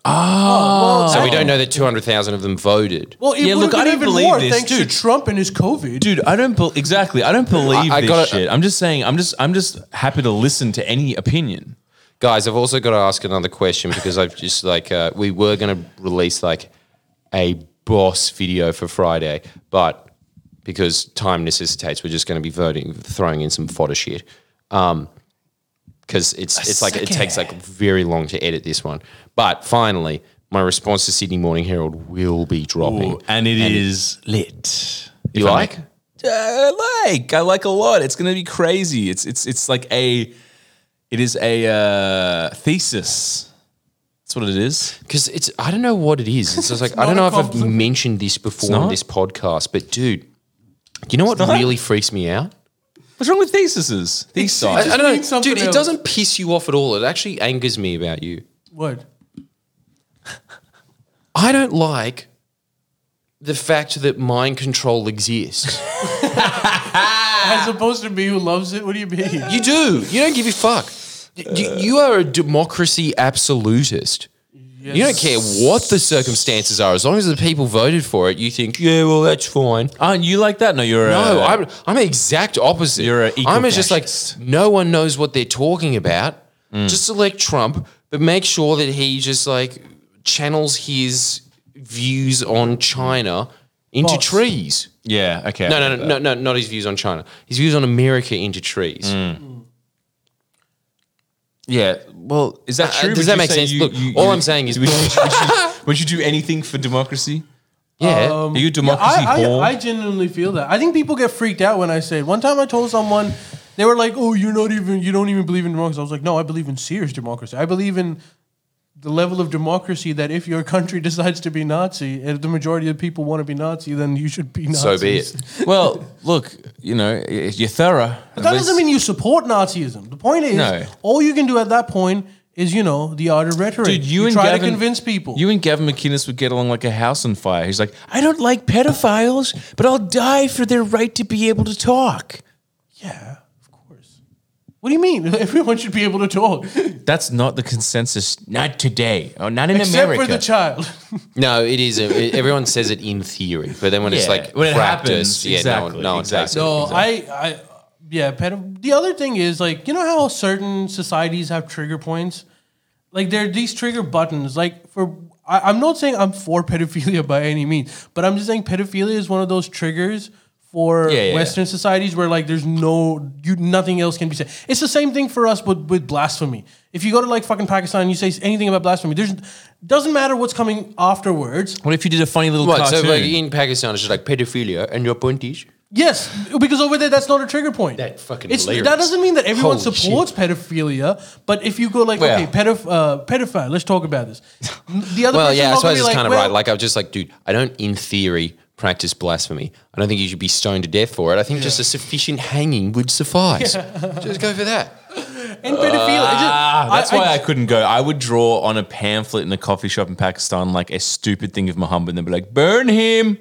S1: Oh, Well,
S3: So we
S1: that-
S3: don't know that two hundred thousand of them voted.
S1: Well, it
S2: Yeah,
S1: would
S2: look, I
S1: have been even
S2: don't believe
S1: more
S2: this,
S1: thanks
S2: dude.
S1: to Trump and his COVID.
S2: Dude, I don't bel exactly. I don't believe
S3: I
S2: this
S3: gotta-
S2: shit. I'm just saying. I'm just. I'm just happy to listen to any opinion.
S3: Guys, I've also got to ask another question because I've just like uh, we were going to release like a boss video for Friday, but because time necessitates, we're just going to be voting, throwing in some fodder shit. Um, because it's it's like it takes like very long to edit this one, but finally, my response to Sydney Morning Herald will be dropping.
S2: and it is lit.
S3: you
S2: If I
S3: like?
S2: may. Uh, I like. I like a lot. It's gonna be crazy. It's it's it's like a. It is a uh, thesis. That's what it is.
S3: Because it's I don't know what it is. It's just like I don't
S1: not
S3: know
S1: a
S3: if I've
S1: compliment.
S3: mentioned this before
S2: not?
S3: on this podcast, but dude, you know what really freaks me out?
S2: What's wrong with theses? Thesis.
S3: I,
S1: Just
S3: I don't
S1: mean
S3: know,
S1: something
S3: dude. It
S1: else.
S3: doesn't piss you off at all. It actually angers me about you.
S1: What?
S3: I don't like the fact that mind control
S1: *laughs*
S3: exists.
S1: As opposed to me who loves it. What do you mean?
S3: you do. You don't give a fuck. Y- You, you are a democracy absolutist. You don't care what the circumstances are, as long as the people voted for it. You think, yeah, well, that's fine.
S2: Aren't you like that? No, you're uh,
S3: No,
S2: a,
S3: I'm, I'm the exact opposite.
S2: You're a eco
S3: I'm just like
S2: fascist. Mm.
S3: no one knows what they're talking about. Just elect Trump, but make sure that he just like channels his views on China into
S1: Boss.
S3: trees.
S2: yeah. Okay.
S3: No, no, no, no, no, not his views on China. His views on America into trees.
S2: Mm. Yeah. Well, is that
S3: Uh,
S2: true?
S3: does
S2: Would
S3: that
S2: you
S3: make
S2: say
S3: sense?
S2: you-
S3: Look,
S2: you-
S3: all
S2: you-
S3: I'm saying is-
S2: would you, would
S3: *laughs*
S2: you- would you do anything for democracy?
S3: Yeah.
S2: Are you democracy
S1: I,
S2: whore?
S1: I, I genuinely feel that. I think people get freaked out when I say it. One time I told someone, they were like, "Oh, you're not even. You don't even believe in democracy." I was like, "No, I believe in serious democracy. I believe in the level of democracy that if your country *laughs* decides to be Nazi, and if the majority of people want to be Nazi, then you should be Nazi."
S3: so be it.
S2: well, look, you know, i- you're thorough.
S1: But that doesn't mean you support Nazism. The point is,
S2: No.
S1: all you can do at that point is, you know, the art of rhetoric.
S2: Dude, you,
S1: you
S2: and
S1: try
S2: Gavin-
S1: to convince people.
S2: You and Gavin McInnes would get along like a house on fire. He's like, I don't like pedophiles, but I'll die for their right to be able to talk.
S1: yeah, of course. What do you mean? *laughs* Everyone should be able to talk,
S2: That's not the consensus. Not today. Oh, not in
S1: except
S2: America.
S1: for the child. *laughs*
S3: No, it is. it- everyone says it in theory, but then when it's
S2: Yeah,
S3: like
S2: when it
S3: practice,
S2: happens,
S3: yeah, no
S2: exactly,
S3: one, no one takes
S2: exactly.
S3: it.
S1: No, I, I, yeah. Pedo- the other thing is like you know how certain societies have trigger points, like there are these trigger buttons. Like for I, I'm not saying I'm for *laughs* pedophilia by any means, but I'm just saying pedophilia is one of those triggers for
S2: Yeah, yeah,
S1: Western societies where like there's no you nothing else can be said. It's the same thing for us with with blasphemy. If you go to like fucking Pakistan and you say anything about blasphemy, there's doesn't matter what's coming afterwards.
S2: what if you did a funny little
S3: Right, so
S2: cartoon?
S3: like in Pakistan, it's just like pedophilia and your point is
S1: Yes, because over there that's not a trigger point.
S3: That fucking
S1: it's,
S3: hilarious.
S1: That doesn't mean that everyone
S3: Holy
S1: supports pedophilia, but if you go like,
S3: Well-
S1: okay, pedoph- uh, pedophile, let's talk about this. The
S3: Well,
S1: other person's
S3: yeah, I
S1: not gonna
S3: suppose
S1: be
S3: it's
S1: like,
S3: kind of
S1: well,
S3: right. Like I'm just like, dude, I don't in theory practice blasphemy. I don't think you should be stoned to death for it. I think just a sufficient hanging would suffice. *laughs* Just go for that.
S1: And pedophilia.
S2: Ah, that's why I, couldn't go. I would draw on a pamphlet in a coffee shop in Pakistan like a stupid thing of Muhammad and then be like, burn him.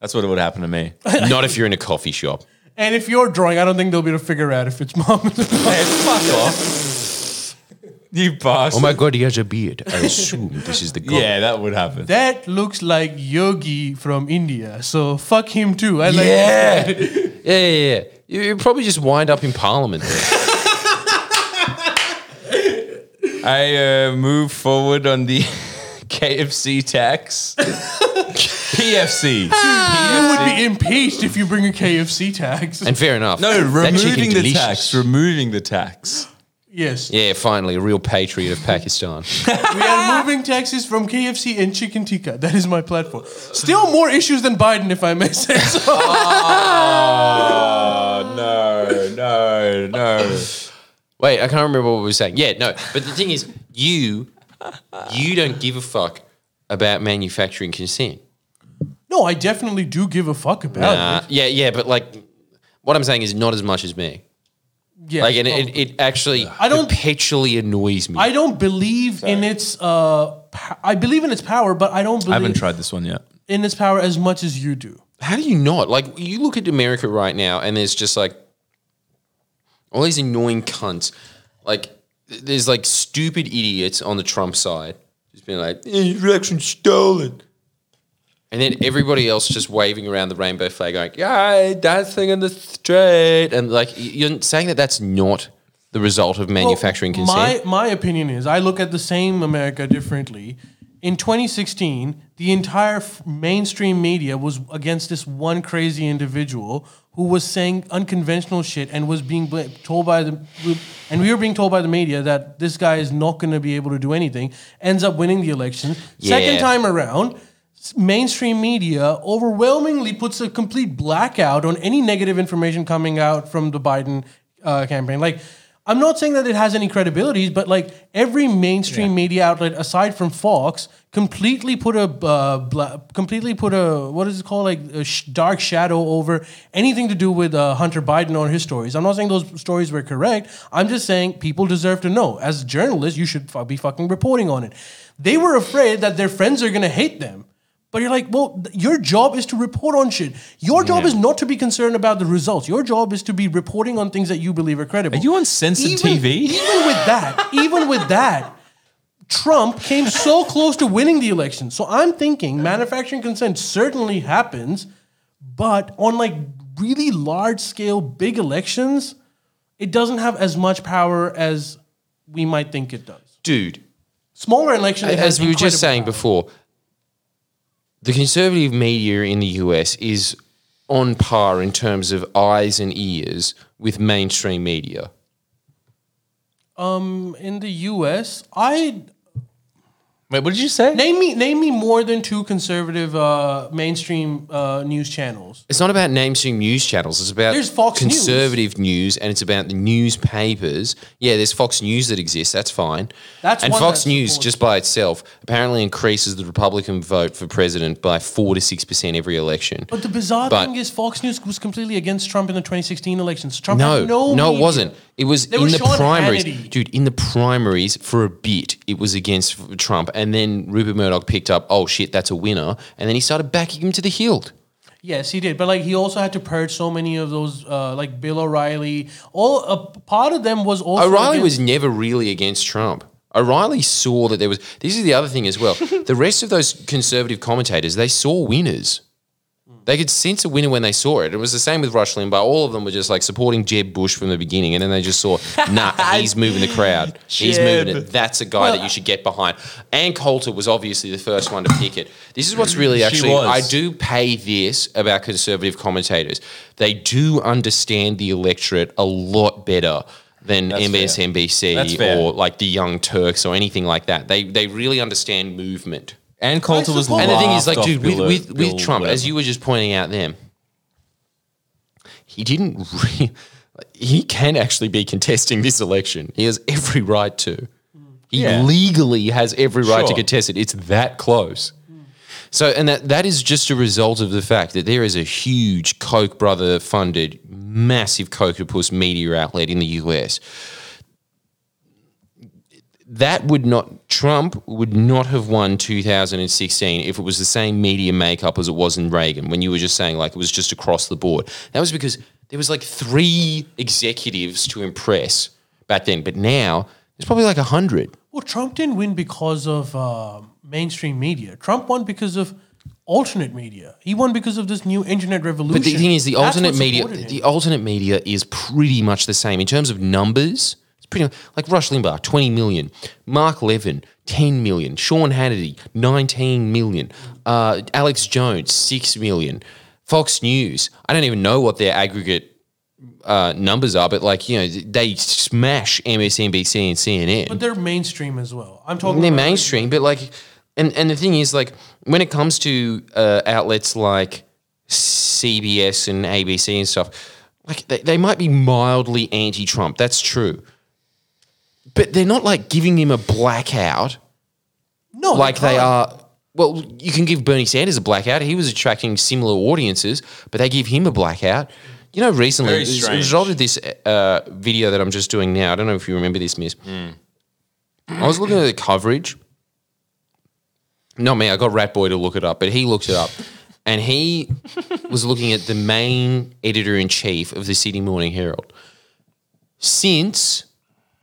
S2: That's what would happen to me.
S3: Not if you're in a coffee shop.
S1: and if you're drawing, I don't think they'll be able to figure out if it's mom. *laughs*
S2: fuck off. You bastard.
S3: Oh my god, he has a beard. I assume this is the god.
S2: yeah, that would happen.
S1: that looks like Yogi from India, so fuck him too. I like
S3: Yeah. yeah, yeah, yeah. You you'd probably just wind up in Parliament. *laughs* There.
S2: I uh, move forward on the *laughs* KFC tax. *laughs* PFC.
S1: you would be impeached if you bring a KFC tax.
S3: And fair enough.
S2: No,
S3: That chicken
S2: removing the
S3: delicious.
S2: tax. Removing the tax.
S1: yes,
S3: Yeah, finally, a real patriot of Pakistan.
S1: we are moving taxes from KFC and chicken tikka. That is my platform. Still more issues than Biden, if I may say *laughs* so.
S3: Uh,
S2: Oh, no, no, no.
S3: Wait, I can't remember what we were saying. Yeah, no. But the thing is, you you don't give a fuck about manufacturing consent.
S1: no, I definitely do give a fuck about
S3: Uh,
S1: it.
S3: yeah, yeah, but like what I'm saying is not as much as me.
S1: Yeah,
S3: Like, and it, it actually I
S1: don't-
S3: don't, perpetually annoys me.
S1: I don't believe in its. Uh, po- I believe in its power, but I don't
S2: I
S1: believe
S2: haven't tried this one yet.
S1: in its power as much as you do.
S3: How do you not? Like, you look at America right now, and there's just like all these annoying cunts. Like, th- there's like stupid idiots on the Trump side just being like, "Eh, election's stolen. And then everybody else just waving around the rainbow flag, going, yeah, dancing in the street. And like, y- you're saying that that's not the result of manufacturing
S1: Well,
S3: consent.
S1: My, my opinion is I look at the same America differently. In 2016, the entire f- mainstream media was against this one crazy individual who was saying unconventional shit and was being bl- told by the and we were being told by the media that this guy is not going to be able to do anything. Ends up winning the election. Second
S3: Yeah.
S1: time around, s- mainstream media overwhelmingly puts a complete blackout on any negative information coming out from the Biden uh, campaign. Like, I'm not saying that it has any credibility, but like every mainstream media outlet aside from Fox completely put a uh, bla- completely put a what is it called like a sh- dark shadow over anything to do with uh, Hunter Biden or his stories. I'm not saying those stories were correct. I'm just saying people deserve to know. As journalists, you should fu- be fucking reporting on it. They were afraid that their friends are gonna hate them. But you're like, well, th- your job is to report on shit. Your job is not to be concerned about the results. Your job is to be reporting on things that you believe are credible.
S2: Are you on censored TV?
S1: Even with that, even with that, Trump came so close to winning the election. So I'm thinking manufacturing consent certainly happens, but on like really large scale, big elections, it doesn't have as much power as we might think it does.
S3: Dude,
S1: Smaller election, it has
S3: as we were just
S1: incredible
S3: saying
S1: power.
S3: before, the conservative media in the US is on par in terms of eyes and ears with mainstream media.
S1: in the U.S., I
S2: Wait, what did you say?
S1: Name me, name me more than two conservative uh, mainstream uh, news channels.
S3: It's not about mainstream news channels. It's about
S1: There's Fox News.
S3: conservative news. and it's about the newspapers. Yeah, there's Fox News that exists. That's fine.
S1: That's
S3: and
S1: one
S3: Fox
S1: that
S3: News
S1: supports-
S3: just by itself apparently increases the Republican vote for president by four to six percent every election.
S1: But the bizarre
S3: But-
S1: thing is, Fox News was completely against Trump in the 2016 elections. Trump
S3: No,
S1: had no,
S3: no, it
S1: media.
S3: wasn't. It was
S1: They
S3: in
S1: were
S3: the
S1: Sean
S3: primaries,
S1: Hannity.
S3: dude. In the primaries for a bit, it was against Trump, and then Rupert Murdoch picked up. Oh shit, that's a winner, and then he started backing him to the hilt.
S1: Yes, he did. But like, he also had to purge so many of those, uh, like Bill O'Reilly. All a part of them was also
S3: O'Reilly
S1: against-
S3: was never really against Trump. O'Reilly saw that there was. This is the other thing as well. the rest of those conservative commentators, they saw winners. They could sense a winner when they saw it. It was the same with Rush Limbaugh. All of them were just like supporting Jeb Bush from the beginning, and then they just saw, nah, he's moving the crowd. He's moving it. That's a guy that you should get behind. Ann Coulter was obviously the first one to pick it. This is what's really actually.
S2: was.
S3: I do pay this about conservative commentators. They do understand the electorate a lot better than
S2: That's fair. That's
S3: MSNBC
S2: fair.
S3: or like the Young Turks or anything like that. They they really understand movement.
S2: Ann Coulter was
S1: suppose-
S3: And the thing is,
S2: laughed
S3: like,
S2: off
S3: dude, with
S2: Bill-
S3: with, with
S2: Bill
S3: Trump,
S2: whatever.
S3: as you were just pointing out, them he didn't. Re- he can actually be contesting this election. He has every right to. He
S2: Yeah.
S3: legally has every right to
S2: Sure.
S3: contest it. It's that close. So, and that, that is just a result of the fact that there is a huge Koch brother funded, massive Kochopus media outlet in the US. That would not, Trump would not have won 2016 if it was the same media makeup as it was in Reagan, when you were just saying like it was just across the board. That was because there was like three executives to impress back then, but now there's probably like a 100.
S1: Well, Trump didn't win because of uh, mainstream media. Trump won because of alternate media. He won because of this new internet revolution.
S3: But the thing is, the
S1: That's
S3: alternate
S1: what
S3: media,
S1: supported
S3: the
S1: him.
S3: alternate media is pretty much the same in terms of numbers. It's pretty much, like Rush Limbaugh, twenty million. Mark Levin, ten million. Sean Hannity, nineteen million. Uh, Alex Jones, six million. Fox News, I don't even know what their aggregate uh, numbers are, but like you know, they smash MSNBC and CNN
S1: but they're mainstream as well. I'm talking.
S3: they're
S1: about-
S3: mainstream, but like, and and the thing is, like, when it comes to uh, outlets like CBS and ABC and stuff, like they, they might be mildly anti-Trump. That's true, but they're not like giving him a blackout
S1: no,
S3: like they
S1: can't.
S3: are. Well, you can give Bernie Sanders a blackout. He was attracting similar audiences, but they give him a blackout. You know, recently,
S2: Very
S3: as a
S2: strange.
S3: result of this uh, video that I'm just doing now, I don't know if you remember this, Miss. I was looking at the coverage. Not me. I got Rat Boy to look it up, but he looked it up, and he was looking at the main editor in chief of the Sydney Morning Herald since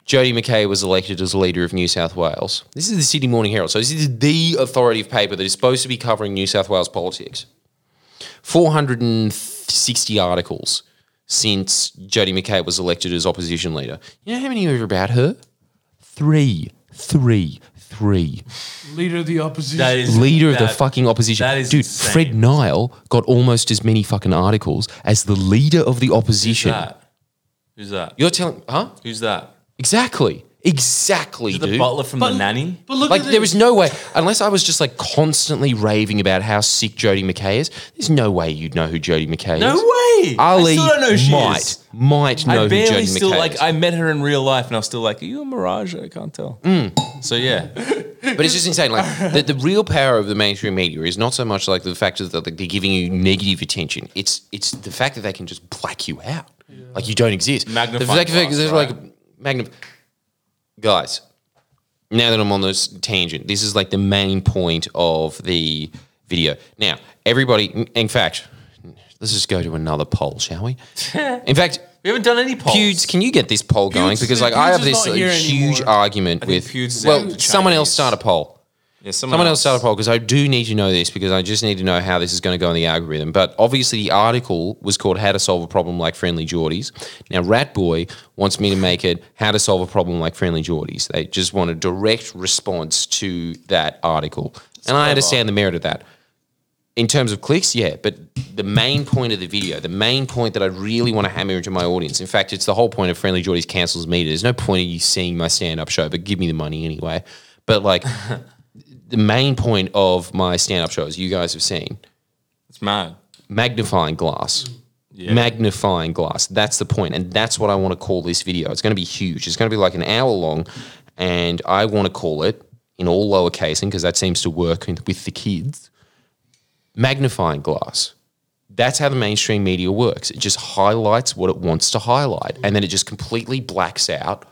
S3: Jody McKay was elected as leader of New South Wales. This is the Sydney Morning Herald. So this is the authority of paper that is supposed to be covering New South Wales politics. 460 articles since Jody McKay was elected as opposition leader. You know how many are about her? Three. Three. Three.
S1: leader of the opposition.
S2: That is
S3: Leader of the
S2: that-
S3: fucking opposition.
S2: that is
S3: Dude,
S2: insane.
S3: Fred Nile got almost as many fucking articles as the leader of the
S2: Who's
S3: opposition.
S2: that? Who's that?
S3: You're telling, huh?
S2: Who's that?
S3: Exactly. Exactly,
S2: Is it
S3: dude.
S2: the butler from the nanny?
S1: but look
S3: Like
S1: at this.
S3: there was no way, unless I was just like constantly raving about how sick Jodie McKay is. There's no way you'd know who Jodie McKay
S2: No
S3: is.
S2: way.
S3: Ali
S2: I still don't know who she
S3: might
S2: is.
S3: might know who
S2: I
S3: Jodie
S2: barely
S3: McKay
S2: still
S3: is.
S2: like. I met her in real life, and I was still like, "Are you a mirage?" I can't tell. So yeah,
S3: But it's just insane. Like the, the real power of the mainstream media is not so much like the fact that like, they're giving you negative attention. It's it's the fact that they can just black you out, like you don't exist.
S2: Magnifying
S3: the fact
S2: glass,
S3: that they're
S2: right?
S3: like magnif- guys. Now that I'm on this tangent, this is like the main point of the video. Now, everybody, in- in fact, let's just go to another poll, shall
S1: *laughs*
S3: we? In fact.
S2: we haven't done any polls.
S3: Pewds, can you get this poll going?
S1: Pewds-
S3: because like I
S1: Pewds
S3: have
S1: is
S3: this
S1: not
S3: uh,
S1: here
S3: huge
S1: anymore.
S3: argument
S2: think
S3: with
S2: Pewds is out
S3: well,
S2: of the
S3: someone else
S2: Chinese.
S3: start a poll.
S2: Yeah, someone,
S3: Someone else
S2: else.
S3: start a poll because I do need to know this because I just need to know how this is going to go in the algorithm. But obviously, the article was called "How to Solve a Problem Like Friendly Geordies." Now, Rat Boy wants me to make it "How to Solve a Problem Like Friendly Geordies." They just want a direct response to that article, and I understand the merit of that. In terms of clicks, yeah, but the main point of the video, the main point that I really want to hammer into my audience. In fact, it's the whole point of Friendly Geordies cancels me. There's no point in you seeing my stand-up show, but give me the money anyway. But like. the main point of my stand-up show, as you guys have seen,
S2: It's mad.
S3: magnifying glass. Magnifying glass. That's the point, and that's what I want to call this video. It's going to be huge. It's going to be like an hour long, and I want to call it in all lowercase, because that seems to work in- with the kids. Magnifying glass. That's how the mainstream media works. It just highlights what it wants to highlight, and then it just completely blacks out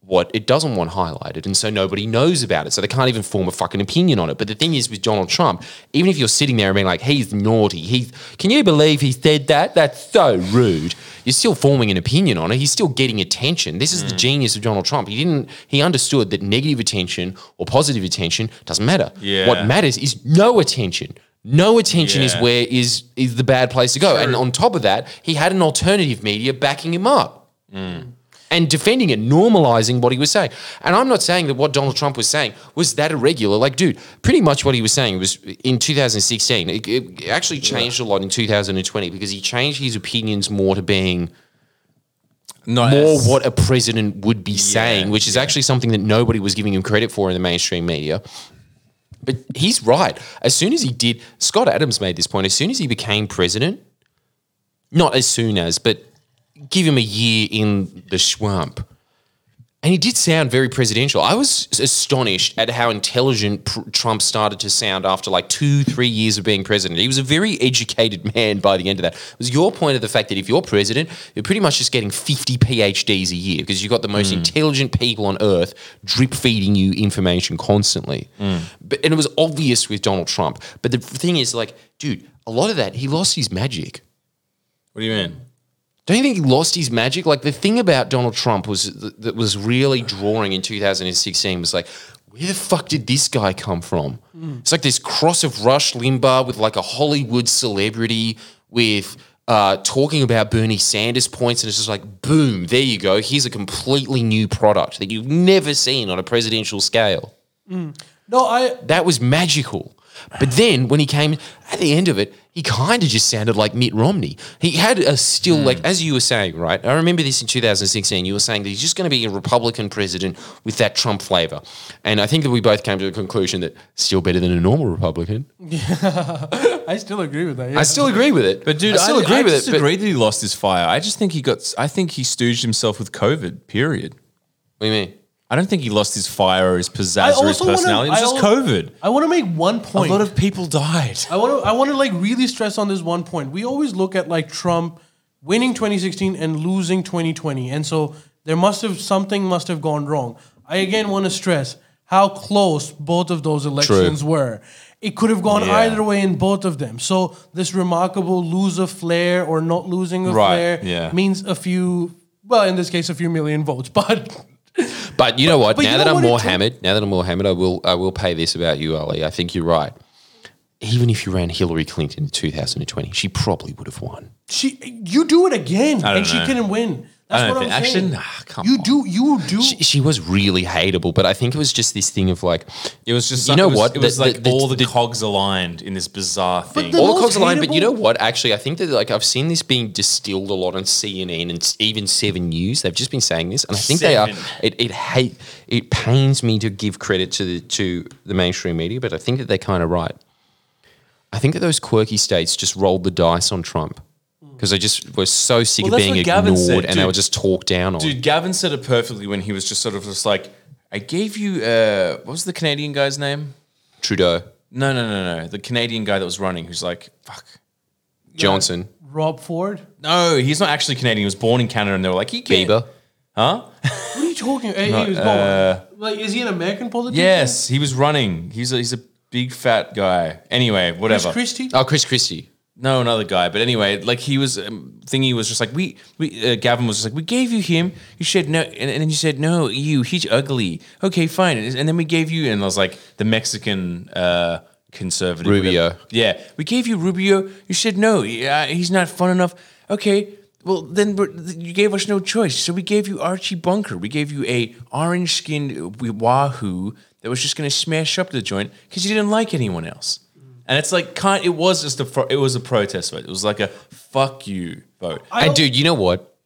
S3: what it doesn't want highlighted, and so nobody knows about it. So they can't even form a fucking opinion on it. But the thing is, with Donald Trump, even if you're sitting there and being like, "He's naughty," he's can you believe he said that? That's so rude. You're still forming an opinion on it. He's still getting attention. This is the genius of Donald Trump. He didn't. He understood that negative attention or positive attention doesn't matter.
S2: Yeah.
S3: What matters is no attention. No attention is
S2: Yeah.
S3: where is is the bad place to go. And on top of that, he had an alternative media backing him up and defending it, normalizing what he was saying. And I'm not saying that what Donald Trump was saying was that irregular. Like, dude, pretty much what he was saying was in 2016. It, it actually changed a lot in 2020 because he changed his opinions more to being
S2: Not
S3: more
S2: as-
S3: what a president would be saying, which is actually something that nobody was giving him credit for in the mainstream media. But he's right. As soon as he did, Scott Adams made this point. As soon as he became president, not as soon as, but give him a year in the swamp. And he did sound very presidential. I was astonished at how intelligent pr- Trump started to sound after like two, three years of being president. He was a very educated man by the end of that. It was your point of the fact that if you're president, you're pretty much just getting 50 PhDs a year because you've got the most intelligent people on earth drip feeding you information constantly. But, and it was obvious with Donald Trump. But the thing is, like, dude, a lot of that, he lost his magic.
S2: What do you mean?
S3: Don't you think he lost his magic? Like the thing about Donald Trump was that was really drawing in 2016 was like, where the fuck did this guy come from? It's like this cross of Rush Limbaugh with like a Hollywood celebrity with uh, talking about Bernie Sanders points, and it's just like, boom, there you go. Here's a completely new product that you've never seen on a presidential scale.
S1: No, I
S3: That was magical. But then when he came at the end of it, he kind of just sounded like Mitt Romney. He had a still
S1: Hmm.
S3: like as you were saying, right? I remember this in 2016. You were saying that he's just going to be a Republican president with that Trump flavor, and I think that we both came to the conclusion that still better than a normal Republican.
S1: I still agree with that. Yeah.
S3: I still agree with it,
S2: But dude,
S3: I still agree with it. But
S2: disagree that he lost his fire. I just think he got. I think he stooged himself with COVID. Period.
S3: what do you mean?
S2: I don't think he lost his fire or his pizzazz or his personality.
S1: I
S2: it was just
S1: al-
S2: COVID.
S1: I want to make one point.
S2: A lot of people died.
S1: I want to I want to like really stress on this one point. We always look at like Trump winning 2016 and losing 2020, and so there must have something must have gone wrong. I again want to stress how close both of those elections were. It could have gone
S2: Yeah.
S1: either way in both of them. So this remarkable lose a flare or not losing a
S2: Right,
S1: flare
S2: yeah.
S1: means a few. Well, in this case, a few million votes, *laughs* but
S3: But you know what?
S1: but
S3: now
S1: you
S3: that
S1: know
S3: I'm
S1: what
S3: more
S1: it took-
S3: hammered, now that I'm more hammered, I will I will pay this about you, Ali. I think you're right. Even if you ran Hillary Clinton in 2020, she probably would have won.
S1: she, you do it again,
S2: don't
S1: and she
S2: know.
S1: couldn't win. That's
S2: I don't
S1: what
S2: think-
S1: I'm
S2: actually,
S1: saying.
S2: nah, come
S1: you
S2: on.
S1: do, you do.
S3: Ah, she, she was really hateable, but I think it was just this thing of like,
S2: It was just.
S3: You know
S2: it was,
S3: what?
S2: It was
S3: The-
S2: like
S3: the-
S2: all the,
S3: the-
S2: cogs aligned in this bizarre thing.
S1: the-
S3: all the
S1: most
S3: cogs aligned. But you
S1: hateable-
S3: know what? Actually, I think that like I've seen this being distilled a lot on CNN and s- even Seven News. They've just been saying this, and I think they
S2: Seven.
S3: are. It, it hate. It pains me to give credit to the to the mainstream media, but I think that they're kind of right. I think that those quirky states just rolled the dice on Trump because they just were so sick
S2: Hmm. Well,
S3: of
S2: that's
S3: being
S2: what
S3: ignored
S2: Gavin said,
S3: and they
S2: dude.
S3: were just talked down on.
S2: Dude, Gavin said it perfectly when he was just sort of just like, I gave you. Uh, what was the Canadian guy's name?
S3: Trudeau,
S2: No, no, no, no. The Canadian guy that was running, who's like, fuck.
S3: Johnson,
S1: Rob Ford.
S2: No, he's not actually Canadian. He was born in Canada, and they were like, he can't.
S3: Bieber.
S1: What are you talking? Hey, he was born. like, is he an American politician?
S2: uh, Yes, he was running. He's a, he's a big fat guy. Anyway,
S1: Chris
S2: whatever.
S1: Christie.
S3: Oh, Chris Christie.
S2: No, another guy. But anyway, like he was um, thingy was just like we we uh, Gavin was just like we gave you him. You said no, and, and then you said no. You he's ugly. Okay, fine. And, and then we gave you, and I was like the Mexican uh, conservative
S3: Rubio.
S2: whatever. Yeah, we gave you Rubio. You said no. Yeah, he's not fun enough. Okay. Well, then we're- you gave us no choice. So we gave you Archie Bunker. We gave you a orange-skinned wahoo that was just going to smash up the joint because you didn't like anyone else. And it's like, kind. It was just a. Pro, it was a protest vote. It was like a fuck you vote.
S1: I
S3: and
S1: don't-
S3: dude, you know what?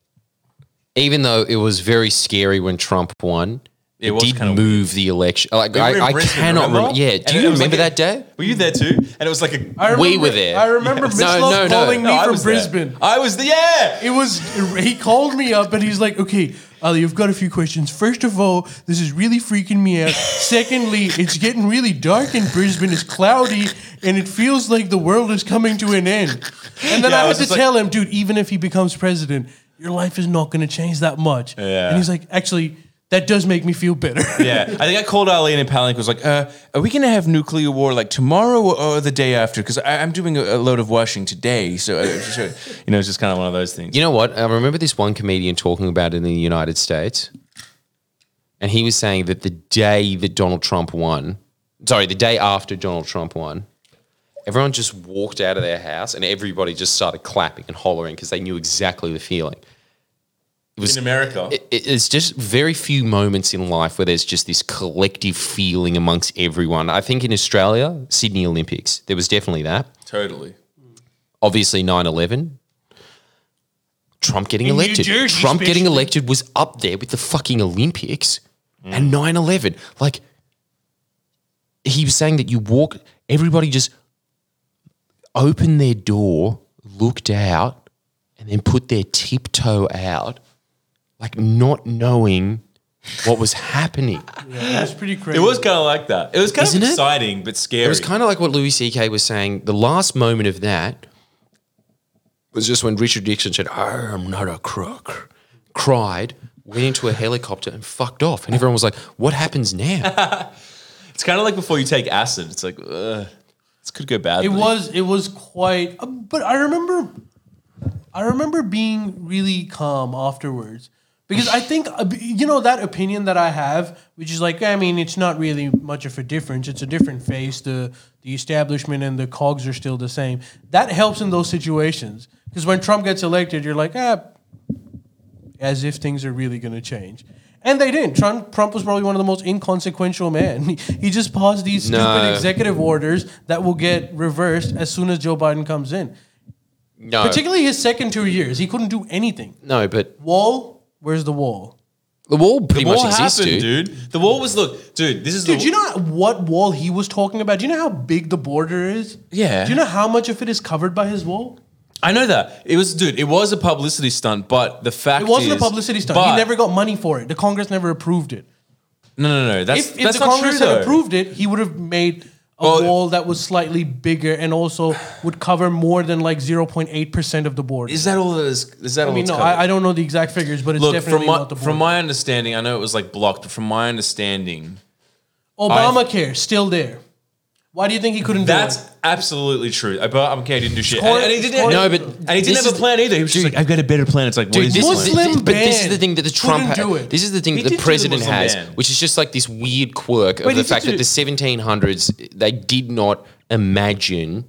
S3: Even though it was very scary when Trump won, it,
S2: It was
S3: did
S2: kinda
S3: move the election. Like
S2: We were in
S3: I, I
S2: Brisbane,
S3: cannot remember. Yeah,
S2: And
S3: do
S2: it
S3: you
S2: was like
S3: remember
S2: a-
S3: that day?
S2: Were you there too? And it was like a.
S1: I remember,
S3: we were there.
S1: I remember Miss
S3: No,
S1: Love
S3: no, no.
S1: calling
S2: No,
S1: me
S2: I
S1: from
S2: was there.
S1: Brisbane.
S2: I was there. Yeah.
S1: It was he called me up and he's like, "Okay, Ali, you've got a few questions. First of all, this is really freaking me out. Secondly, it's getting really dark in Brisbane. It's cloudy, and it feels like the world is coming to an end." And then
S2: Yeah, I
S1: I had
S2: was
S1: to
S2: just like-
S1: tell him, "Dude, even if he becomes president, your life is not going to change that much."
S2: Yeah.
S1: And he's like, "Actually, that does make me feel better."
S2: yeah, I think I called Ali and in panic was like, uh, "Are we gonna have nuclear war like tomorrow or, or the day after? Because I'm doing a, a load of washing today, so, uh, so you know, it's just kind of one of those things."
S3: You know what? I remember this one comedian talking about it in the United States, and he was saying that the day that Donald Trump won, sorry, the day after Donald Trump won, everyone just walked out of their house and everybody just started clapping and hollering because they knew exactly the feeling.
S2: in America,
S3: it- it's just very few moments in life where there's just this collective feeling amongst everyone. I think in Australia, Sydney Olympics, there was definitely that.
S2: totally.
S3: Obviously, 9 11. Trump getting
S1: New
S3: elected.
S1: Jersey
S3: Trump getting
S1: especially.
S3: elected was up there with the fucking Olympics and 9 11. Like, he was saying that you walk, everybody just opened their door, looked out, and then put their tiptoe out, like not knowing
S4: what was happening.
S1: *laughs* It's pretty crazy.
S2: It was kind of like that. It was kind
S4: Isn't
S2: of
S4: it?
S2: exciting, but scary.
S4: It
S3: It's kind of like what Louis C.K. was saying. The last moment of that was just when Richard Nixon said, "I'm not a crook," cried, went into a helicopter and fucked off, and everyone was like, "What happens now?"
S2: it's kind of like before you take acid. It's like, ugh, this could go bad.
S1: It was. It was quite. uh, But I remember, I remember being really calm afterwards because I think uh, b- you know that opinion that I have, which is like, I mean, it's not really much of a difference. It's a different face. The the establishment and the cogs are still the same. That helps in those situations because when Trump gets elected, you're like, ah, as if things are really going to change. And they didn't. Trump, Trump was probably one of the most inconsequential men. He, he just passed these stupid
S3: No.
S1: executive orders that will get reversed as soon as Joe Biden comes in.
S3: *laughs* No,
S1: Particularly his second two years, he couldn't do anything.
S3: no, but
S1: Wall, where's the wall?
S3: the wall pretty
S2: What
S3: much exists,
S2: happened,
S3: dude.
S2: dude? The wall was look, dude. This is
S1: Dude,
S2: the
S1: do you know what wall he was talking about? Do you know how big the border is?
S2: Yeah.
S1: Do you know how much of it is covered by his wall?
S2: I know that it was, dude. It was a publicity stunt, but the fact
S1: It wasn't
S2: is-
S1: a publicity stunt.
S2: but-
S1: He never got money for it. The Congress never approved it.
S2: No, no, no. That's
S1: if, if
S2: that's
S1: the
S2: not
S1: Congress
S2: true though.
S1: had approved it, he would have made a
S2: Well-
S1: wall that was slightly bigger and also would cover more than like 0.8% of the border.
S2: Is that all? That is, is
S1: I
S2: that all?
S1: mean,
S2: it's
S1: no,
S2: covered?
S1: I, I don't know the exact figures, but it's
S2: Look,
S1: definitely
S2: from my
S1: not the border.
S2: from my understanding, I know it was like blocked, but from my understanding,
S1: Obamacare, still there. Why do you think he couldn't
S2: that's
S1: do it?
S2: absolutely true. I but I'm okay, I didn't do shit,
S1: Score-
S2: and, and he didn't.
S1: score-
S3: No, but
S2: and he didn't
S3: this
S2: have a
S3: is-
S2: plan either. He was just like, "I've got a better plan." It's like, what
S3: Dude,
S2: is
S3: this
S2: this?
S3: is
S2: plan?
S1: Muslim
S3: but this is
S1: ban
S3: the thing that the Trump.
S1: couldn't do
S3: Ha-
S1: it.
S3: this is the thing
S2: He
S3: that the
S2: did do the
S3: president
S2: Muslim
S3: has,
S2: ban.
S3: which is just like this weird quirk of
S1: But he
S3: the
S1: did
S3: fact
S1: do-
S3: that the 1700s they did not imagine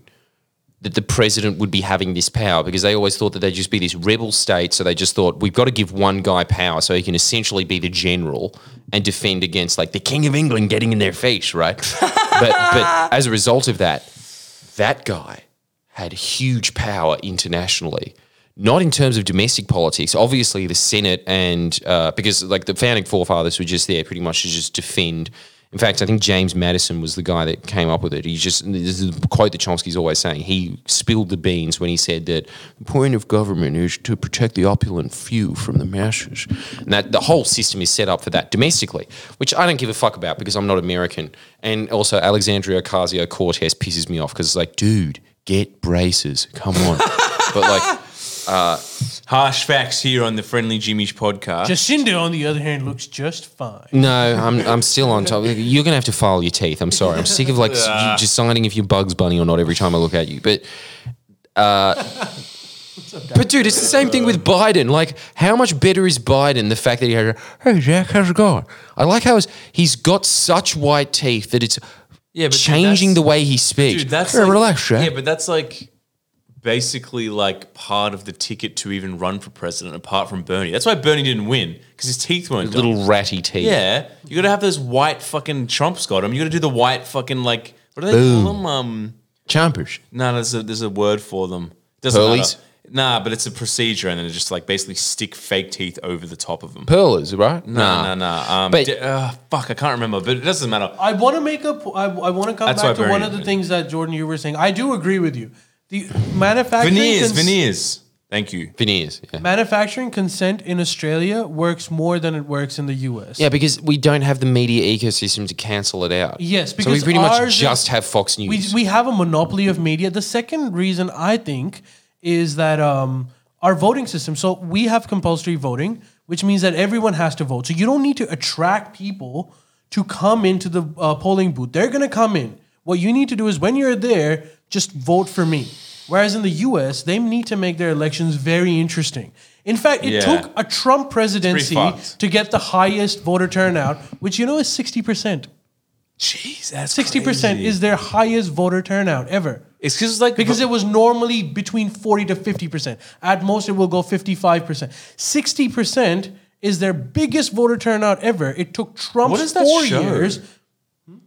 S3: that the president would be having this power because they always thought that they'd just be this rebel state. So they just thought we've got to give one guy power so he can essentially be the general and defend against like the king of England getting in their face, right? *laughs* but but as a result of that, that guy had huge power internationally. Not in terms of domestic politics. Obviously, the Senate and uh, because like the founding forefathers were just there, pretty much to just defend. In fact, I think James Madison was the guy that came up with it. He just this is a quote that Chomsky's always saying. He spilled the beans when he said that the point of government is to protect the opulent few from the masses, and that the whole system is set up for that domestically, which I don't give a fuck about because I'm not American. And also, Alexandria Ocasio Cortez pisses me off because it's like, dude, get braces, come on. *laughs* but like,
S2: Harsh facts here on the Friendly Jimmy's podcast.
S1: Jacinda, on the other hand, looks just fine.
S3: no, I'm I'm still on top. You're gonna have to file your teeth. I'm sorry. I'm sick of like s- you deciding if you're Bugs Bunny or not every time I look at you, but. uh, But dude, it's the same thing with Biden. Like, how much better is Biden? The fact that he had, hey Jack, how's it going? I like how his- he's got such white teeth that it's
S2: Yeah, but dude,
S3: changing
S2: that's-
S3: the way he speaks.
S2: Dude, that's
S3: hey,
S2: like,
S3: relax, Jack.
S2: Yeah, but that's like basically like part of the ticket to even run for president, apart from Bernie. That's why Bernie didn't win because his teeth weren't done.
S3: Little ratty teeth.
S2: Yeah, you got to have those white fucking Trump's got them. You got to do the white fucking like what do they call them? Um,
S3: Chompers.
S2: no, there's a there's a word for them. Doesn't
S3: Pearlies?
S2: matter. Nah, but it's a procedure, and then just like basically stick fake teeth over the top of them.
S3: Pearlers, right?
S2: Nah, nah, nah. Um,
S3: But-
S2: d- uh, fuck, I can't remember, but it doesn't matter.
S1: I want to make up, I, I want to come
S2: That's
S1: back
S2: why
S1: to one
S2: Bernie
S1: of the
S2: did.
S1: things that Jordan, you were saying. I do agree with you. The manufacturing. cons-
S2: Veneers, veneers. Thank you.
S3: Veneers. Yeah.
S1: Manufacturing consent in Australia works more than it works in the US.
S3: Yeah, because we don't have the media ecosystem to cancel it out.
S1: Yes,
S3: so we
S1: because
S3: pretty
S1: ours
S3: much
S1: is-
S3: just have Fox News.
S1: we, we have a monopoly of media. The second reason I think is that um, our voting system. So we have compulsory voting, which means that everyone has to vote. So you don't need to attract people to come into the uh, polling booth. They're going to come in. What you need to do is when you're there, just vote for me. Whereas in the US, they need to make their elections very interesting. In fact, it
S2: Yeah.
S1: took a Trump presidency
S2: fucked.
S1: to get the highest voter turnout, which you know is 60%.
S2: Jeez, that's
S1: 60% is their highest voter turnout ever.
S2: It's because like
S1: Because it was normally between 40 to 50%. At most, it will go 55%. 60% is their biggest voter turnout ever. It took Trump
S2: What does that
S1: four
S2: show?
S1: years.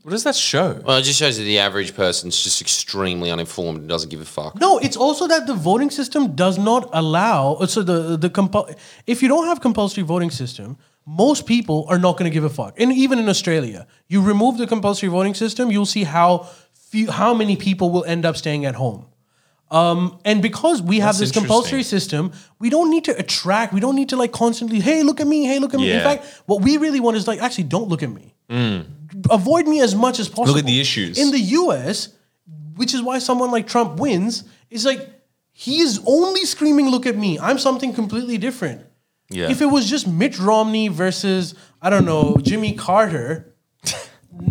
S2: what does that show?
S3: well, it just shows that the average person's just extremely uninformed and doesn't give a fuck.
S1: No, it's also that the voting system does not allow. uh, So the the compu- if you don't have compulsory voting system, most people are not going to give a fuck. And even in Australia, you remove the compulsory voting system, you'll see how few, how many people will end up staying at home. Um, and because we have this
S2: That's
S1: compulsory system, we don't need to attract. We don't need to like constantly, hey, look at me, hey, look at me. In
S2: Yeah.
S1: fact, what we really want is like, actually, don't look at me. Avoid me as much as possible.
S2: the issues.
S1: in the U.S., which is why someone like Trump wins. Is like he is only screaming, "Look at me! I'm something completely different."
S2: Yeah.
S1: If it was just Mitt Romney versus I don't know Jimmy Carter,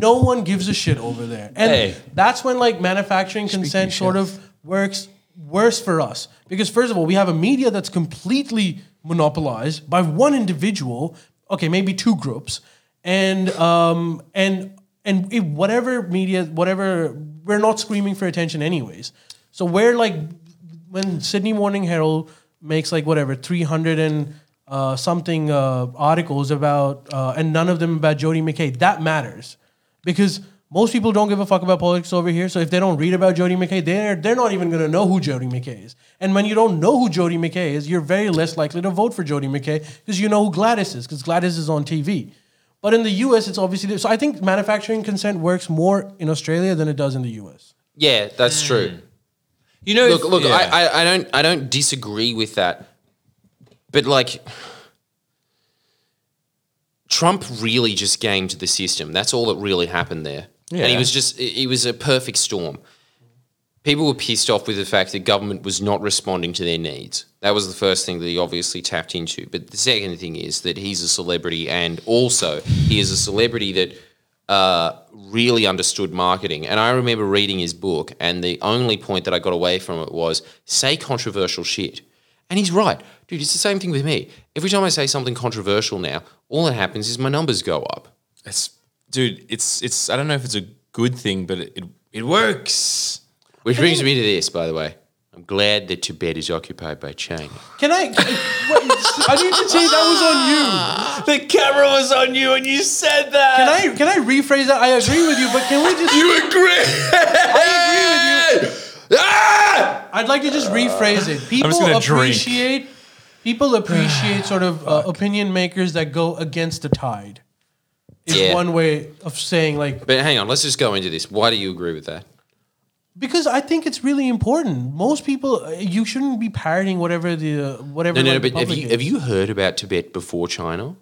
S1: no one gives a shit over there, and
S2: Hey.
S1: that's when like manufacturing consent sort of works worse for us because first of all, we have a media that's completely monopolized by one individual. Okay, maybe two groups, and um and and if whatever media, whatever we're not screaming for attention anyways. So we're like when Sydney Morning Herald makes like whatever 300 and uh, something uh, articles about, uh, and none of them about Jody McKay, that matters because most people don't give a fuck about politics over here. So if they don't read about Jody McKay, they're, they're not even going to know who Jody McKay is. And when you don't know who Jody McKay is, you're very less likely to vote for Jody McKay because you know who Gladys is because Gladys is on TV. But in the US, it's obviously so. I think manufacturing consent works more in Australia than it does in the US.
S3: Yeah, that's true.
S2: Mm. You know,
S3: Look,
S2: if-
S3: look,
S2: yeah.
S3: I, I, I don't, I don't disagree with that, but like, Trump really just gamed the system. That's all that really happened there, and he
S2: Yeah.
S3: was just, it it was a perfect storm. People were pissed off with the fact that government was not responding to their needs. That was the first thing that he obviously tapped into. But the second thing is that he's a celebrity, and also he is a celebrity that uh, really understood marketing. And I remember reading his book, and the only point that I got away from it was say controversial shit. And he's right. Dude, it's the same thing with me. Every time I say something controversial now, all that happens is my numbers go up.
S2: it's, dude, it's it's. I don't know if it's a good thing, but it it, it works.
S3: Which brings me to this, by the way. I'm glad that Tibet is occupied by China.
S1: Can I? I need to say that was on you.
S2: The camera was on you, and you said that.
S1: Can I? Can I rephrase that? I agree with you, but can we just?
S2: You agree?
S1: I agree with you.
S2: ah!
S1: I'd like to just rephrase it. People
S2: just gonna drink.
S1: appreciate. People appreciate sort of uh, opinion makers that go against the tide. Is
S3: Yeah.
S1: one way of saying like
S3: But hang on, let's just go into this. Why do you agree with that?
S1: because I think it's really important. Most people, uh, you shouldn't be parroting whatever the uh,
S3: No,
S1: whatever.
S3: no, no
S1: like, the
S3: but have
S1: public
S3: you,
S1: is.
S3: have you heard about Tibet before China?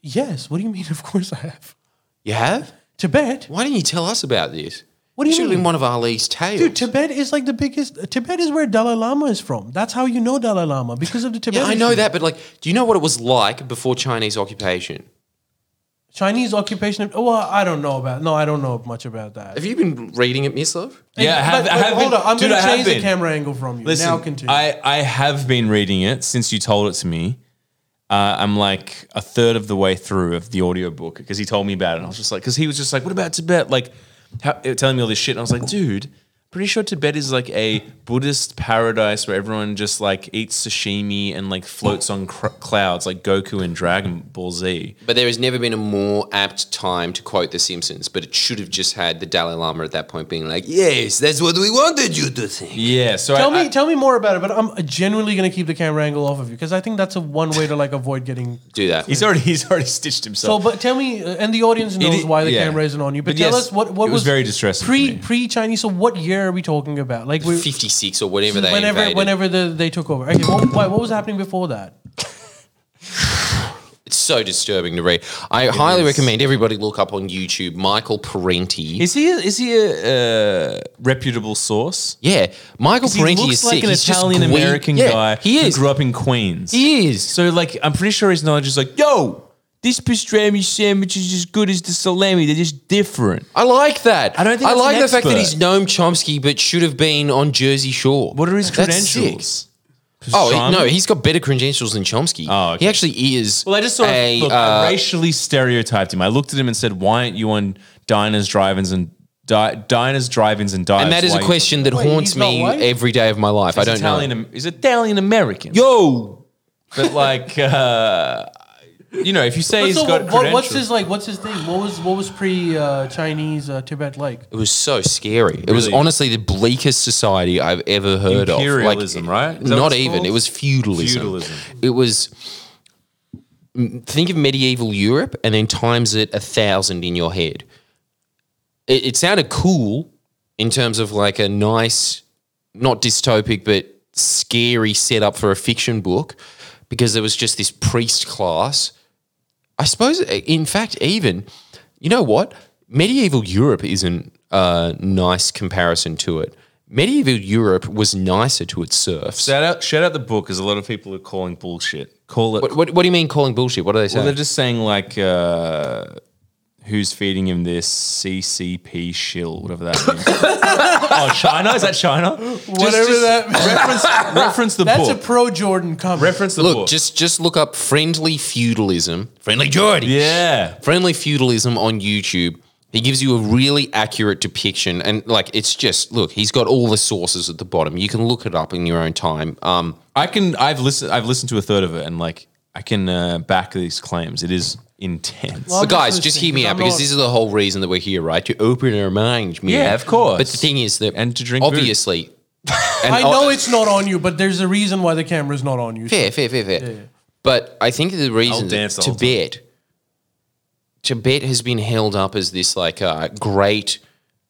S1: Yes. What do you mean? *laughs* Of course I have.
S3: You have?
S1: Tibet.
S3: Why didn't you tell us about this?
S1: What do you
S3: Should have
S1: mean?
S3: been one of Ali's tales.
S1: Dude, Tibet is like the biggest. Tibet is where Dalai Lama is from. That's how you know Dalai Lama because of the Tibet.
S3: Yeah, I know
S1: issue.
S3: that, but like, do you know what it was like before Chinese occupation?
S1: Chinese occupation. Of, well, I don't know about. No, I don't know much about that.
S3: Have you been reading it, Miss Love?
S2: Yeah, I have,
S1: But-
S2: I
S1: but
S2: have
S1: hold
S2: been,
S1: on. I'm
S2: dude,
S1: going
S2: I
S1: to
S2: have
S1: change the
S2: been.
S1: camera angle from you.
S2: Listen,
S1: now continue.
S2: I, I have been reading it since you told it to me. Uh, I'm like a third of the way through of the audiobook because he told me about it. And I was just like, because he was just like, what about Tibet? Like, how, eh, telling me all this shit. And I was like, dude, pretty sure Tibet is like a Buddhist paradise where everyone just like eats sashimi and like floats on cr- clouds like Goku and Dragon Ball Z.
S3: But there has never been a more apt time to quote The Simpsons, but it should have just had the Dalai Lama at that point being like, yes, that's what we wanted you to think.
S2: Yeah. So
S1: tell
S2: I,
S1: me, tell me more about it. But I'm genuinely going to keep the camera angle off of you because I think that's a one way to like avoid
S2: *laughs*
S1: getting.
S3: Do that.
S2: he's already he's already stitched
S1: So,
S2: himself.
S1: but tell me, uh, and the audience knows
S2: i-
S1: why the
S2: yeah.
S1: camera isn't on you. But,
S2: But
S1: tell
S2: yes,
S1: us what what
S2: it was very distressing for
S1: pre
S2: me.
S1: pre Chinese. So, what year are we talking about? Like we
S3: 56 or whatever they
S1: whenever
S3: invaded.
S1: whenever the, they took over. Okay, what, why, what was happening before that?
S3: It's so disturbing to read. I highly recommend everybody look up on YouTube Michael Parenti.
S2: is he a, is he a uh, reputable source?
S3: yeah, Michael
S2: He
S3: Parenti
S2: looks
S3: is
S2: like
S3: sick.
S2: an
S3: He's just
S2: Italian American
S3: gwe- yeah,
S2: guy.
S3: He
S2: who
S3: is.
S2: grew up in Queens.
S3: He is.
S2: so like, I'm pretty sure his knowledge is like, yo, this pastrami sandwich is as good as the salami. They're just different.
S3: I like that.
S2: I don't think
S3: I
S2: that's
S3: like
S2: an
S3: the fact that
S2: expert.
S3: he's Noam Chomsky, but should have been on Jersey Shore.
S2: What are his
S3: That's sick.
S2: credentials?
S3: Oh he-
S2: Pastrami?
S3: no, he's got better credentials than Chomsky.
S2: Oh, okay.
S3: he actually is.
S2: Well, I just sort of
S3: a,
S2: look,
S3: uh,
S2: I racially stereotyped him. I looked at him and said, "Why aren't you on diners, drive-ins, and di- diners, drive-ins, and dives?"
S3: and that is a
S2: Why are you-
S3: question that
S1: Wait,
S3: haunts
S1: he's not
S3: me
S1: white?
S3: every day of my life. I
S2: He's
S3: don't
S2: Italian,
S3: know.
S2: Am- He's Italian American.
S3: Yo,
S2: But like, uh, you know, if you say
S1: But
S2: he's
S1: so, what-
S2: got
S1: what,
S2: credentials,
S1: what's his like? What's his thing? What was what was pre uh, Chinese uh, Tibet like?
S3: it was so scary. It was
S2: Really?
S3: honestly the bleakest society I've ever heard
S2: Imperialism,
S3: of.
S2: right? Is that what
S3: Not
S2: it's
S3: even.
S2: called?
S3: It was feudalism.
S2: Feudalism.
S3: It was. m- Think of medieval Europe and then times it a thousand in your head. It, it sounded cool in terms of like a nice not dystopic but scary setup for a fiction book because there was just this priest class. I suppose, in fact, even you know what medieval Europe isn't a nice comparison to it. Medieval Europe was nicer to its serfs.
S2: Shout out, shout out the book because a lot of people are calling bullshit. Call it.
S3: What, what, what do you mean calling bullshit? What are they
S2: well,
S3: saying?
S2: they're just saying like, uh, who's feeding him this CCP shill, whatever that
S1: *coughs*
S2: means. oh, China? Is that China?
S1: *laughs* Whatever that-
S2: Reference, reference the
S1: That's
S2: book.
S1: a pro Jordan comment.
S2: reference the
S3: look,
S2: book.
S3: just just look up friendly feudalism. Friendly Geordie.
S2: yeah.
S3: Friendly feudalism on YouTube. He gives you a really accurate depiction, and like it's just look. He's got all the sources at the bottom. You can look it up in your own time. Um,
S2: I can. I've listened. I've listened to a third of it, and like I can uh, back these claims. It is intense.
S1: Well,
S3: but guys,
S1: just
S3: just
S1: listening,
S3: hear me
S1: 'cause
S3: out
S1: I'm
S3: because
S1: not-
S3: this is the whole reason that we're here, right? To open our minds. man.
S2: Yeah, of course.
S3: But the thing is that
S2: And to drink
S3: obviously. and
S1: I know it's not on you, but there's a reason why the camera's not on you.
S3: Fair, fair, fair, fair. But I think the reason that
S2: dance the whole
S3: Tibet, Tibet has been held up as this like uh, great,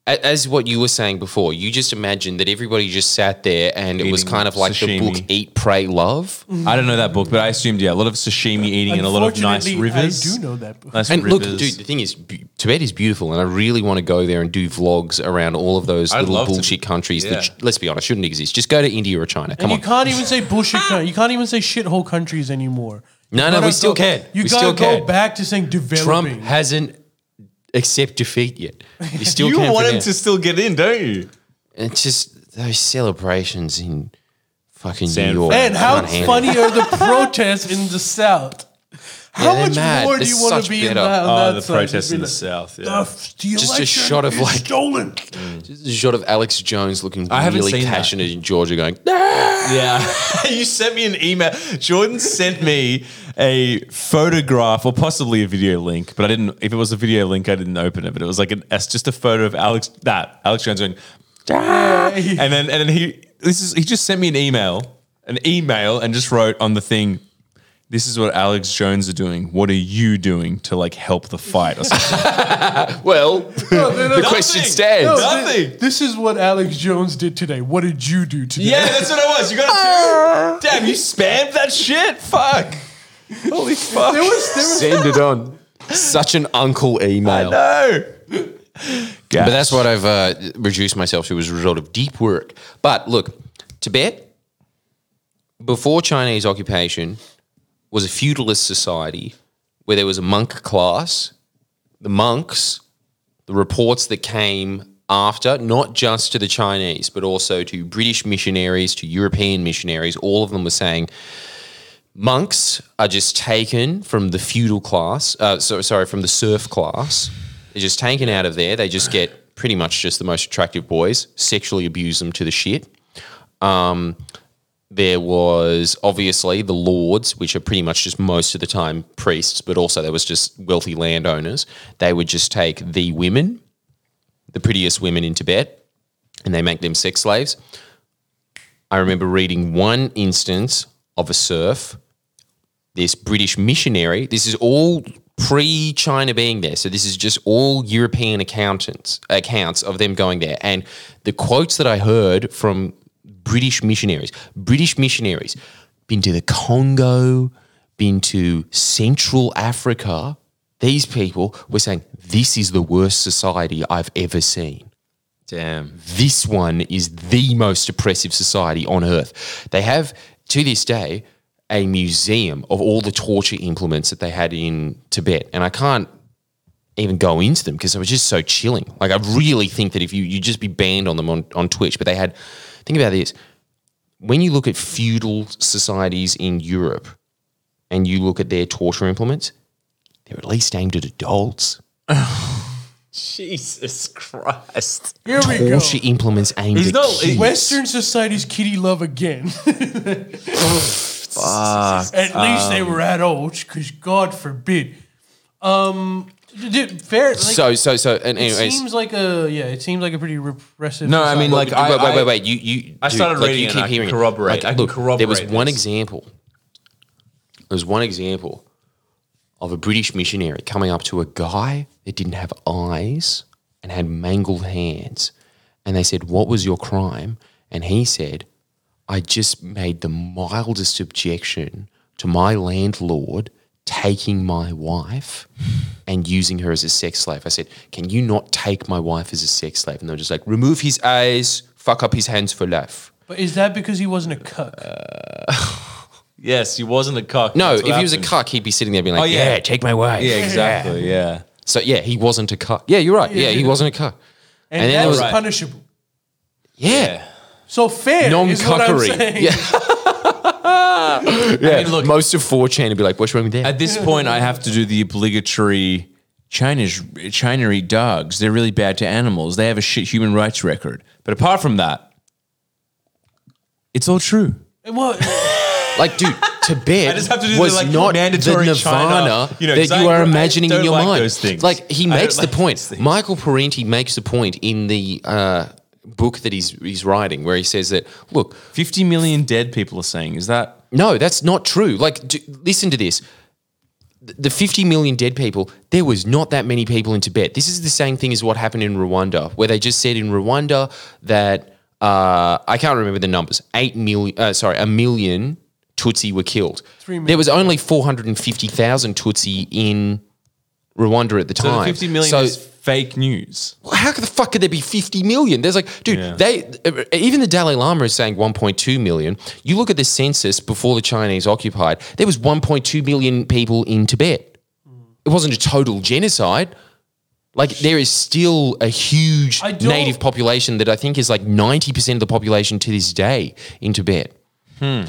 S3: a- as what you were saying before. You just imagined that everybody just sat there and it was
S2: Eating
S3: kind of like the book
S2: sashimi. Mm-hmm.
S3: Eat, Pray, Love.
S2: I don't know that book, but I assumed yeah, a lot of sashimi eating and a lot of nice
S1: Unfortunately,
S2: rivers.
S1: I do know that.
S2: Nice
S3: And
S2: rivers.
S3: look, dude, the thing is, bu- Tibet is beautiful, and I really want to go there and do vlogs around all of those
S2: I'd
S3: little
S2: love to.
S3: bullshit countries
S2: Yeah.
S3: that, sh- let's be honest, shouldn't exist. Just go to India or China. Come
S1: And you
S3: on.
S1: can't even
S2: *laughs*
S1: say bullshit. coun- you can't even say shithole countries anymore.
S3: No,
S1: You
S3: no,
S1: gotta
S3: we still
S1: go-
S3: can.
S1: You
S3: We
S1: gotta
S3: still
S1: go
S3: can.
S1: back to saying
S3: Trump
S1: developing.
S3: hasn't accept defeat yet.
S2: *laughs*
S3: He still
S2: you
S3: can't
S2: want him
S3: pronounce-
S2: to still get in, don't you?
S3: It's just those celebrations in fucking
S2: San
S3: New York.
S1: and
S3: I
S1: how
S3: can't handle
S1: funny
S3: *laughs*
S1: are the protests in the South? How
S3: they're
S1: much
S3: mad.
S1: more do
S3: They're
S1: you want
S3: such
S1: to be in
S3: bitter.
S1: that? on
S2: Oh,
S1: that
S2: the
S1: side? Just
S2: protests
S1: be
S2: in the
S1: like,
S2: south. Yeah.
S1: "The f- the
S3: Just a
S1: election
S3: shot of,
S1: is
S3: like-
S1: stolen.
S3: it. shot of Alex Jones looking
S2: I haven't
S3: really
S2: seen that.
S3: passionate in Georgia going,
S2: *laughs* Yeah. *laughs* you sent me an email. Jordan sent me a photograph or possibly a video link, but I didn't, if it was a video link, I didn't open it, but it was like an, it's just a photo of Alex, that, Alex Jones going, "Ah." and then, and then he, this is, he just sent me an email, an email and just wrote on the thing, this is what Alex Jones are doing. What are you doing to like help the fight or something? *laughs*
S3: well, the question stands.
S1: No, thi-
S2: Nothing.
S1: This is what Alex Jones did today. What did you do today?
S2: *laughs* yeah, that's what I was. You got to Damn, you spammed that shit. Fuck. Holy fuck.
S1: There was, there was
S3: Send it on. Such an uncle email. But
S2: No. Gas.
S3: that's what I've uh, reduced myself to as a result of deep work. But look, Tibet, before Chinese occupation, was a feudalist society where there was a monk class, the monks, the reports that came after, not just to the Chinese, but also to British missionaries, to European missionaries, all of them were saying monks are just taken from the feudal class, uh, so, sorry, from the serf class. They're just taken out of there. They just get pretty much just the most attractive boys, sexually abuse them to the shit. Um, there was obviously the lords, which are pretty much just most of the time priests, but also there was just wealthy landowners. They would just take the women, the prettiest women in Tibet, and they make them sex slaves. I remember reading one instance of a serf, this British missionary. This is all pre China being there. So this is just all European accountants accounts of them going there. And the quotes that I heard from British missionaries, British missionaries, been to the Congo, been to Central Africa. These people were saying, This is the worst society I've ever seen
S2: Damn.
S3: um, this one is the most oppressive society on earth. They have, to this day, a museum of all the torture implements that they had in Tibet. And I can't even go into them because it was just so chilling. Like, I really think that if you, you'd just be banned on them on, on Twitch. But they had, think about this when you look at feudal societies in Europe and you look at their torture implements, they're at least aimed at adults.
S2: Jesus Christ.
S1: Here we go.
S3: Torture implements aimed
S2: He's
S3: at
S2: not-
S3: kids.
S1: Western society's kitty love again. *laughs* At least
S3: Um,
S1: they were adults, because God forbid. Um, dude, fair. Like,
S3: so, so, so, and
S1: it
S3: anyways.
S1: seems like a yeah. It seems like a pretty repressive.
S2: No, I mean,
S1: society.
S2: like,
S3: wait, wait, wait, wait, wait. You, you.
S2: I started reading and I can
S3: it.
S2: corroborate- I can
S3: There was
S2: corroborate
S3: one
S2: this.
S3: example. There was one example of a British missionary coming up to a guy that didn't have eyes and had mangled hands, and they said, "What was your crime?" And he said, I just made the mildest objection to my landlord taking my wife and using her as a sex slave. I said, Can you not take my wife as a sex slave? And they were just like, Remove his eyes, fuck up his hands for life.
S1: But is that because he wasn't a cuck?
S3: Uh,
S2: Yes, he wasn't a cuck.
S3: No,
S2: That's
S3: if
S2: what
S3: he was a
S2: happened.
S3: cuck, he'd be sitting there being like,
S2: Oh, yeah.
S3: yeah. take my wife.
S2: Yeah, exactly. Yeah.
S3: So yeah, he wasn't a cuck. Yeah, you're right. Yeah, he wasn't a cuck.
S1: and,
S3: And then
S1: that
S3: there
S1: was
S3: was-
S1: punishable.
S3: Yeah.
S1: So fair. is what I'm
S3: Non-cuckery.
S1: saying.
S2: *laughs*
S3: Yeah.
S2: mean, look-
S3: Most of 4chan would be like, what's wrong with that?
S2: At this point, I have to do the obligatory China's China eat dogs. They're really bad to animals. They have a shit human rights record. But apart from that, it's all true.
S1: Well,
S3: Like,
S2: *laughs*
S3: dude, Tibet
S2: just have to do the,
S3: was
S2: like,
S3: not
S2: mandatory
S3: the nirvana
S2: China, you know,
S3: that
S2: 'cause I-
S3: you are
S2: I
S3: imagining in
S2: don't
S3: your
S2: like
S3: mind.
S2: those things.
S3: Like, he
S2: I don't
S3: makes the
S2: like those
S3: point.
S2: things.
S3: Michael Parenti makes the point in the uh, book that he's, he's writing where he says that, look,
S2: 50 million dead people are saying, is that?
S3: No, that's not true. Like, d listen to this. Th- The 50 million dead people, there was not that many people in Tibet. This is the same thing as what happened in Rwanda, where they just said in Rwanda that, uh, I can't remember the numbers, 8 million, uh, sorry, a million Tutsi were killed. There was only 450,000 Tutsi in Rwanda at the
S2: So the
S3: time.
S2: 50 million
S3: So-
S2: is fake news.
S3: well, how the fuck could there be 50 million? There's like, dude,
S2: Yeah.
S3: they uh, even the Dalai Lama is saying 1.2 million. You look at the census before the Chinese occupied, there was 1.2 million people in Tibet. It wasn't a total genocide. Like there is still a huge
S1: I don't-
S3: native population that I think is like 90% of the population to this day in Tibet.
S1: Hmm.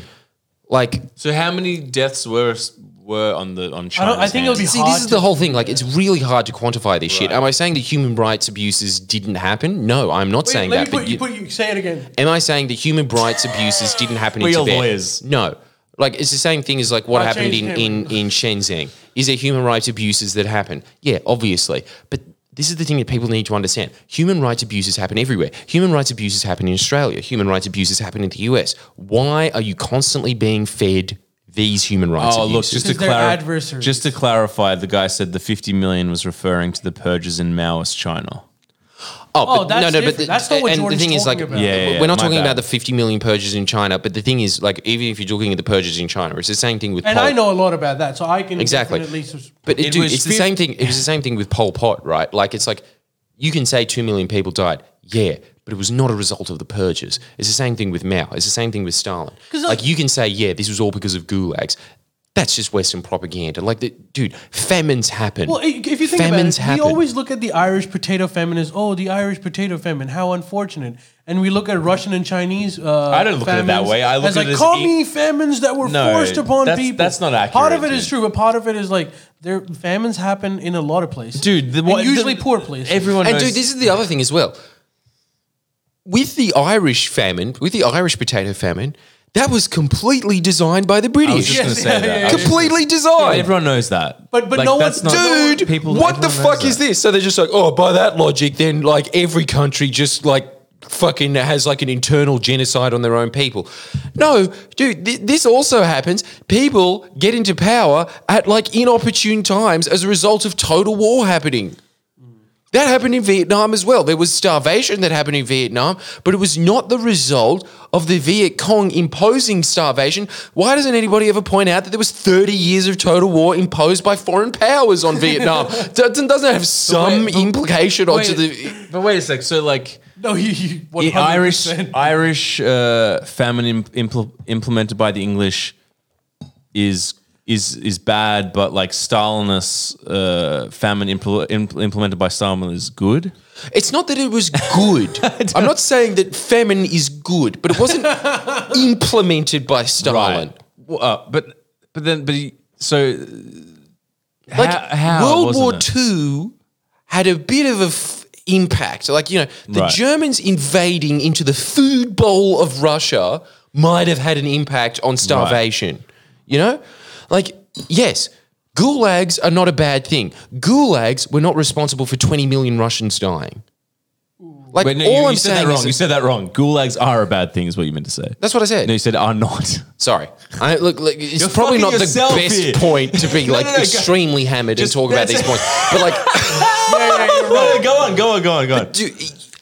S3: Like
S2: So how many deaths were were on the on
S1: I,
S2: China?
S1: don't, I think it would be
S3: See,
S1: hard.
S3: this is
S1: to-
S3: the whole thing. Like, it's really hard to quantify this shit. Am I saying that human rights abuses didn't happen? No, I'm not
S1: Wait,
S3: *laughs* saying
S1: let
S3: that.
S1: me
S3: but
S1: put,
S3: you-
S1: you, put you, say it again.
S3: Am I saying that human rights abuses didn't happen in
S2: We are
S3: Tibet?
S2: lawyers.
S3: No. Like it's the same thing as like what
S1: I
S3: happened in,
S1: changed
S3: in, in Shenzhen. Is there human rights abuses that happen? Yeah, obviously. But this is the thing that people need to understand. Human rights abuses happen everywhere. Human rights abuses happen in Australia. Human rights abuses happen in the US. Why are you constantly being fed these human rights
S2: Oh, look,
S3: abuses?
S2: just to,
S1: Because they're
S2: clarify,
S1: adversaries.
S2: just to clarify, the guy said the 50 million was referring to the purges in Maoist China.
S3: but-
S1: Oh, that's different. That's not what
S3: and
S1: Jordan's
S3: the thing is,
S1: talking
S3: like,
S1: about.
S2: Yeah, yeah,
S3: we're not
S2: my
S3: talking
S2: bad.
S3: about the 50 million purges in China. But the thing is, like, even if you're looking at the purges in China, it's the same thing with
S1: And
S3: Pol-
S1: I know a lot about that, so I can
S3: Exactly.
S1: definitely sus-
S3: But it,
S2: It
S3: dude,
S2: was
S3: it's the
S2: fif-
S3: same thing. It was the same thing with Pol Pot, right? Like it's like you can say two million people died, yeah, but it was not a result of the purges. It's the same thing with Mao. It's the same thing with Stalin.
S1: 'Cause,
S3: Like
S1: like-
S3: you can say, yeah, this was all because of gulags. That's just Western propaganda. Like, the, dude, famines happen.
S1: Well, i- if you think
S3: famines
S1: about it, we always look at the Irish potato famine as oh, the Irish potato famine, how unfortunate. And we look at Russian and Chinese. Uh,
S2: I don't look at it that
S1: famines
S2: way. I look
S1: as
S2: at
S1: like
S2: it as e
S1: commie famines that were
S2: No,
S1: forced upon
S2: that's-
S1: people.
S2: that's not
S1: Part
S2: accurate,
S1: of it is
S2: dude.
S1: true, but part of it is like there famines happen in a lot of places,
S2: Dude, the-
S1: And
S2: what- the-
S1: usually poor places.
S2: Everyone
S3: and
S2: knows.
S3: dude, this is the other thing as well. With the Irish famine, with the Irish potato famine, that was completely designed by the
S2: I was
S3: British.
S2: just going to *laughs* say
S1: yeah,
S2: that.
S1: yeah,
S2: I was just-
S3: completely designed.
S2: Everyone knows that.
S1: But- but no
S2: that's
S1: one-
S2: not-
S3: dude,
S2: people-
S3: what the
S2: everyone knows
S3: fuck is
S2: that.
S3: this? So they're just like, oh, by that logic, then like every country just like fucking has like an internal genocide on their own people. No, dude, th- this also happens. People get into power at like inopportune times as a result of total war happening. That happened in Vietnam as well. There was starvation that happened in Vietnam, but it was not the result of the Viet Cong imposing starvation. Why doesn't anybody ever point out that there was 30 years of total war imposed by foreign powers on
S2: *laughs*
S3: Vietnam? doesn't doesn't that have some
S2: but-
S3: implication onto
S2: Wait,
S3: the
S2: but wait a sec. So like.
S1: *laughs* no, you, you
S2: the
S1: 100%.
S2: Irish Irish uh, famine im- impl- implemented by the English is is is bad, but like Stalinist uh, famine impl- impl- implemented by Stalin is good.
S3: It's not that it was
S2: *laughs*
S3: good. I'm not saying that famine is good, but it wasn't implemented by Stalin.
S2: Well, uh, but but then but he, so uh,
S3: Like
S2: how, how
S3: World
S2: wasn't
S3: War
S2: it?
S3: II had a bit of a f- impact. Like you know, the
S2: Right.
S3: Germans invading into the food bowl of Russia might have had an impact on starvation. You know, like yes. Gulags are not a bad thing. Gulags were not responsible for 20 million Russians dying. Like
S2: Wait, no,
S3: all
S2: you,
S3: I'm
S2: you said
S3: saying
S2: that wrong.
S3: is
S2: You said that wrong. Gulags are a bad thing, is what you meant to say.
S3: that's what I said.
S2: no, you said are not.
S3: Sorry. I, look, look, it's probably
S2: fucking
S3: not the
S2: yourself
S3: best
S2: here.
S3: point to be like
S2: *laughs* no, no, go-
S3: extremely hammered and talk about
S2: that's *laughs*
S3: these
S2: it.
S3: points. But like,
S2: go on, go on, go on, go on.
S3: do,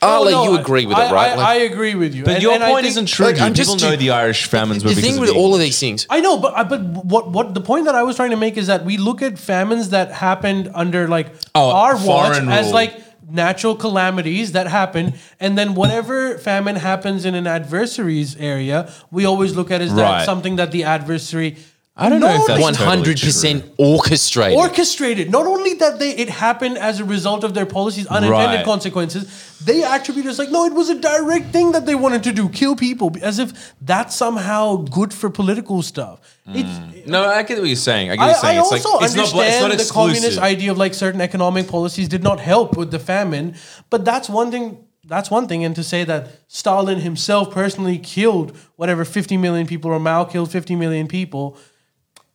S3: Ale,
S1: No, no,
S3: you
S1: I-
S3: agree with
S1: I,
S3: it, right?
S1: I,
S3: Like,
S1: I agree with you.
S2: But
S1: And-
S2: your
S1: and I
S2: point
S1: think-
S2: isn't true.
S3: Like,
S2: dude.
S3: I'm just
S2: People
S3: too-
S2: know the Irish famines were
S3: the
S2: because
S3: thing
S2: of
S3: with
S2: the
S3: all of these things,
S1: I know, but I- but what what the point that I was trying to make is that we look at famines that happened under like
S2: Oh,
S1: our watch
S2: foreign
S1: as
S2: rule.
S1: like natural calamities that happen, and then whatever famine happens in an adversary's area, we always look at as that
S2: Right.
S1: something that the adversary.
S2: I don't know if that's
S3: one
S2: totally
S3: hundred percent orchestrated.
S1: orchestrated. Not only that they it happened as a result of their policies, unintended
S2: Right.
S1: consequences. They attribute it as like, no, it was a direct thing that they wanted to do, kill people, as if that's somehow good for political stuff. It's,
S2: No, I get what you're saying. I get what
S1: I,
S2: you're saying.
S1: I
S2: it's
S1: also
S2: like it's not, bla- it's
S1: understand
S2: not
S1: the communist
S2: exclusive.
S1: idea of like certain economic policies did not help with the famine, but that's one thing. That's one thing, and to say that Stalin himself personally killed whatever 50 million people or Mao killed 50 million people,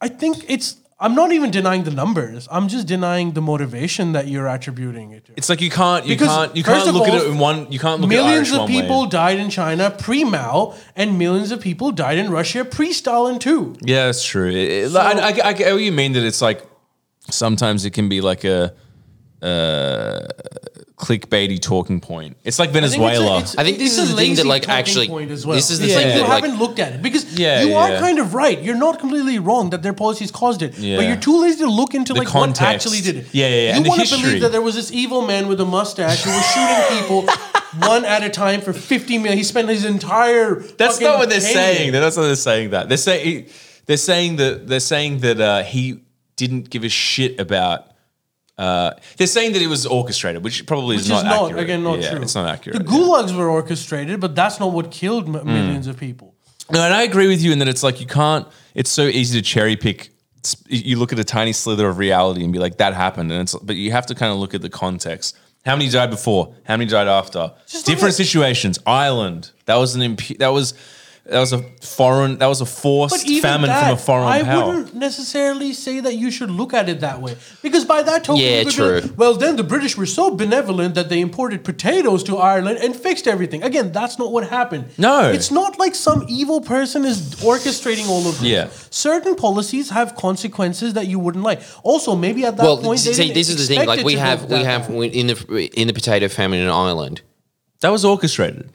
S1: I think it's. I'm not even denying the numbers. I'm just denying the motivation that you're attributing it to.
S2: It's like you can't you
S1: Because
S2: can't you
S1: first
S2: can't
S1: of
S2: look at
S1: all,
S2: it in one you can't look
S1: millions
S2: at Irish
S1: of
S2: one way.
S1: people died in China pre Mao, and millions of people died in Russia pre Stalin too.
S2: Yeah, that's true. It- it- like, I, I, I get what you mean that it's like sometimes it can be like a uh, clickbaity talking point. It's like
S1: I think it's a-
S2: Venezuela.
S1: it's-
S3: I think this
S1: it's a
S3: is the thing
S1: lazy
S3: that, like,
S1: talking
S3: actually-
S1: point as well.
S3: this is the
S1: It's
S2: thing
S1: like you
S2: that, like-
S1: haven't looked at it because
S2: Yeah,
S1: you are
S2: yeah.
S1: kind of right. You're not completely wrong that their policies caused it,
S2: Yeah.
S1: but you're too lazy to look into
S2: The
S1: like
S2: context.
S1: what actually did it.
S2: Yeah, yeah, yeah.
S1: You
S2: And the
S1: wanna
S2: history.
S1: believe that there was this evil man with a mustache who was shooting people
S2: *laughs*
S1: one at a time for 50 million. He spent his entire
S2: that's
S1: fucking
S2: not what they're
S1: pay-
S2: saying. That's not they're saying that. They're saying they're saying that they're saying that uh, he didn't give a shit about. Uh, they're saying that it was orchestrated, which probably
S1: Which
S2: is not
S1: is not
S2: accurate.
S1: again not
S2: yeah,
S1: true.
S2: It's not accurate.
S1: The
S2: yeah. Mm.
S1: gulags were orchestrated, but that's not what killed m- millions of people.
S2: No, and I agree with you in that it's like you can't. It's so easy to cherry pick. It's- You look at a tiny slither of reality and be like, "That happened," and it's. But you have to kind of look at the context. How many died before? How many died after?
S1: Just look
S2: Different
S1: at-
S2: situations. Ireland. That was an imp- That was. That was a foreign. That was a forced famine from a foreign
S1: I
S2: power.
S1: wouldn't necessarily say that you should look at it that way because by that token,
S3: Yeah,
S1: you could be like,
S3: true.
S1: well, then the British were so benevolent that they imported potatoes to Ireland and fixed everything. Again, that's not what happened.
S2: No.
S1: it's not like some evil person is orchestrating all of this.
S2: Yeah.
S1: certain policies have consequences that you wouldn't like. Also, maybe at that
S3: well,
S1: point, they
S3: see,
S1: didn't
S3: this is the thing.
S1: expect
S3: Like
S1: it
S3: we
S1: to
S3: have,
S1: go
S3: we
S1: that
S3: have
S1: bad.
S3: in the in the potato famine in Ireland.
S2: That was orchestrated.